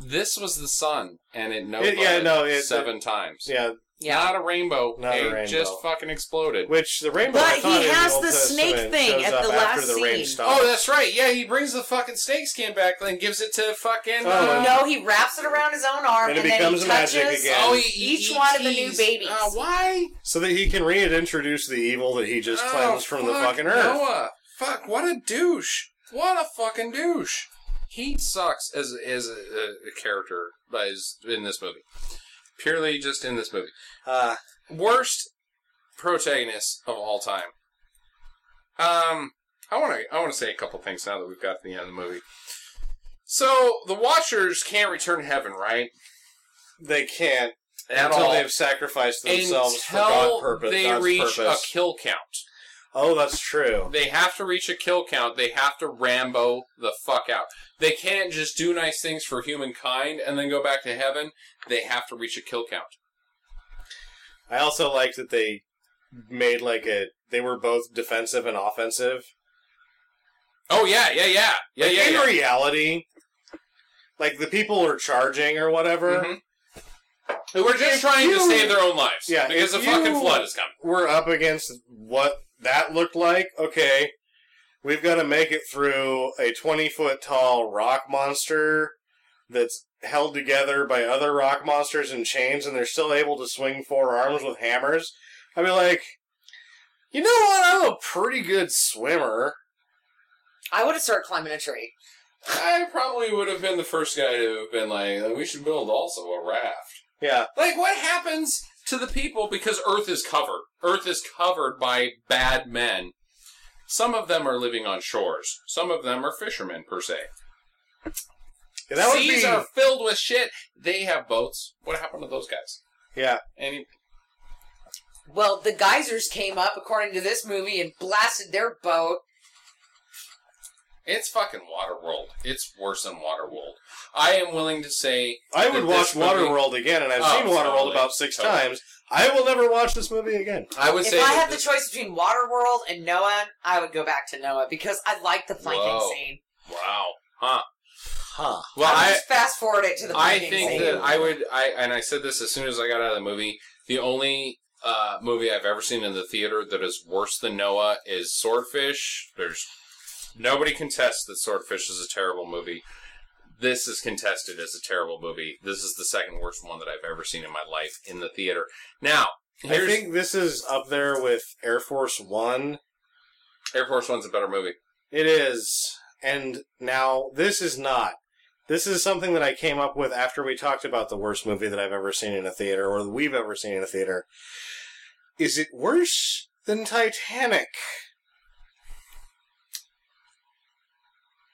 This was the sun, and it Noah It- yeah, no, it- seven times. Yeah, yeah. Not a rainbow. Not a it rainbow. just fucking exploded. Which the rainbow. But I thought he in has Old the snake Testament thing shows at up the after last the rain scene. stopped. Oh, that's right. Yeah, he brings the fucking snake skin back and gives it to fucking. Oh, uh, and- No, he wraps it around his own arm And and, it then he becomes touches. magic again. oh, Each one of the new teased. babies. Uh, why? so that he can reintroduce the evil that he just Oh, cleansed from the fuck fucking earth. Noah. Fuck, what a douche. What a fucking douche. He sucks as as a, a, a character but is in this movie. Purely just in this movie. Uh, Worst protagonist of all time. Um I want to I want to say a couple things now that we've got to the end of the movie. So the Watchers can't return to heaven, right? they can't At until all. they've sacrificed themselves for Until God purpose. they God's reach purpose. a kill count. oh, that's true. They have to reach a kill count. They have to Rambo the fuck out. They can't just do nice things for humankind and then go back to heaven. They have to reach a kill count. I also liked that they made like a. They were both defensive and offensive. Oh yeah, yeah, yeah, yeah, Like, yeah. in yeah. reality, like the people are charging or whatever. Mhm. We're just If trying you- to save their own lives. Yeah, because the if fucking you- flood is coming. we're up against what that looked like, okay, we've got to make it through a 20 foot tall rock monster that's held together by other rock monsters in chains and they're still able to swing forearms with hammers. I'd be like, you know what? I'm a pretty good swimmer. I would have started climbing a tree. I probably would have been the first guy to have been like, we should build also a raft. Yeah. Like, what happens to the people because Earth is covered? Earth is covered by bad men. Some of them are living on shores. Some of them are fishermen, per se. Yeah, That would Seas be. are filled with shit. They have boats. What happened to those guys? Yeah. Any? Well, the geysers came up, according to this movie, and blasted their boat. It's fucking Waterworld. It's worse than Waterworld. I am willing to say I that would watch this movie- Waterworld again, and I've Oh, seen Waterworld totally, about six totally. times. I will never watch this movie again. I would say If I that had the this- choice between Waterworld and Noah, I would go back to Noah because I like the planking Whoa. scene. Wow. Huh. Huh. Well, I would I just fast forward it to the I planking think scene. that I would I and I said this as soon as I got out of the movie. The only uh, movie I've ever seen in the theater that is worse than Noah is Swordfish. There's nobody contests that Swordfish is a terrible movie. This is contested as a terrible movie. This is the second worst one that I've ever seen in my life in the theater. Now, I here's think this is up there with Air Force One. Air Force One's a better movie. It is. And now, this is not. This is something that I came up with after we talked about the worst movie that I've ever seen in a theater, or that we've ever seen in a theater. Is it worse than Titanic?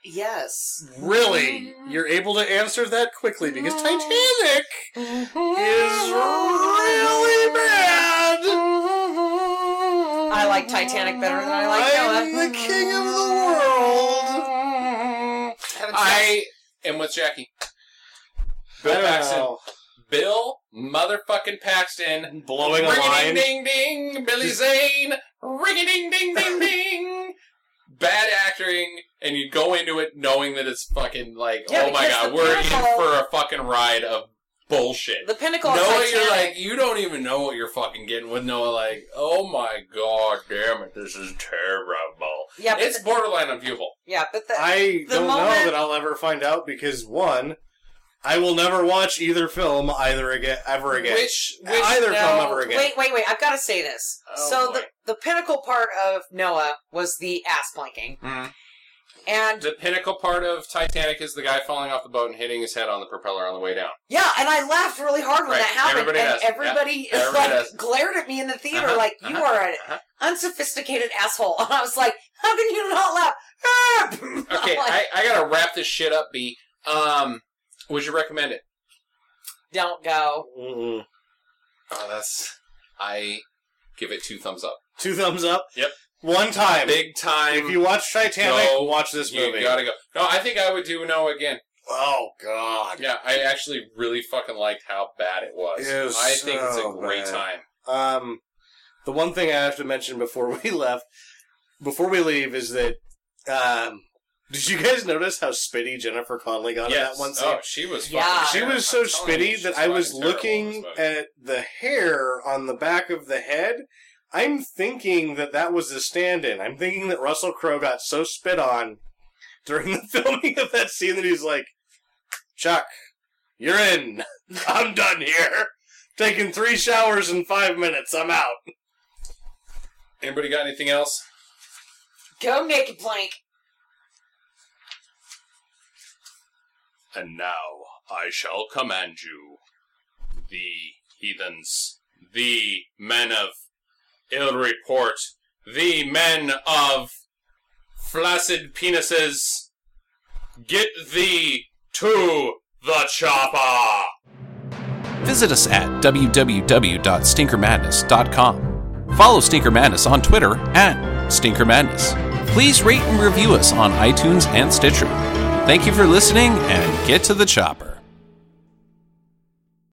Yes. Really? Mm. You're able to answer that quickly because Titanic is really bad. I like Titanic better than I like I'm Noah. the king of the world. Haven't I am with Jackie. Bill I don't Paxton. know. Bill motherfucking Paxton blowing a line. Ding ding ding, Billy Zane. Ring ding ding ding ding. Bad acting, and you go into it knowing that it's fucking like, Yeah, oh my because god, the we're in pinnacle- for a fucking ride of bullshit. the pinnacle of Noah, Titanic. you're like, you don't even know what you're fucking getting with Noah. Like, oh my god, damn it, this is terrible. yeah, but It's the- borderline unviewable. yeah, but the, I The don't know moment- that I'll ever find out because one, I will never watch either film either again, ever again. Which, which either No, film ever again. Wait, wait, wait. I've got to say this. Oh, so the, boy. the pinnacle part of Noah was the ass planking. Mhm. And The pinnacle part of Titanic is the guy falling off the boat and hitting his head on the propeller on the way down. yeah, and I laughed really hard when Right, that happened. everybody and does, yeah. everybody, is Everybody like, does. glared at me in the theater Uh-huh, like, you uh-huh, are an uh-huh. unsophisticated asshole. And I was like, how can you not laugh? Ah! Okay, Like, I, I gotta wrap this shit up, B. Um, would you recommend it? don't go. Mm-mm. Oh, that's. I give it two thumbs up. Two thumbs up. Yep. One time. Big time. If you watch Titanic, No, watch this you movie. gotta go. No, I think I would do no again. Oh God. Yeah, I actually really fucking liked how bad it was. It was I think it's a so great bad. time. Um, the one thing I have to mention before we left, before we leave, is that um, did you guys notice how spitty Jennifer Connelly got in Yes. that one scene? oh, she was. fucking Yeah. terrible. She was I'm so telling you, spitty she's that I was fucking terrible in looking this movie. at the hair on the back of the head. I'm thinking that that was the stand-in. I'm thinking that Russell Crowe got so spit on during the filming of that scene that he's like, "Chuck, you're in. I'm done here. Taking three showers in five minutes. I'm out." Anybody got anything else? Go naked plank. And now I shall command you, the heathens, the men of ill report, the men of flaccid penises, get thee to the chopper! visit us at www.stinkermadness.com. Follow Stinker Madness on Twitter at Stinker Madness. Please rate and review us on iTunes and Stitcher. Thank you for listening and get to the chopper.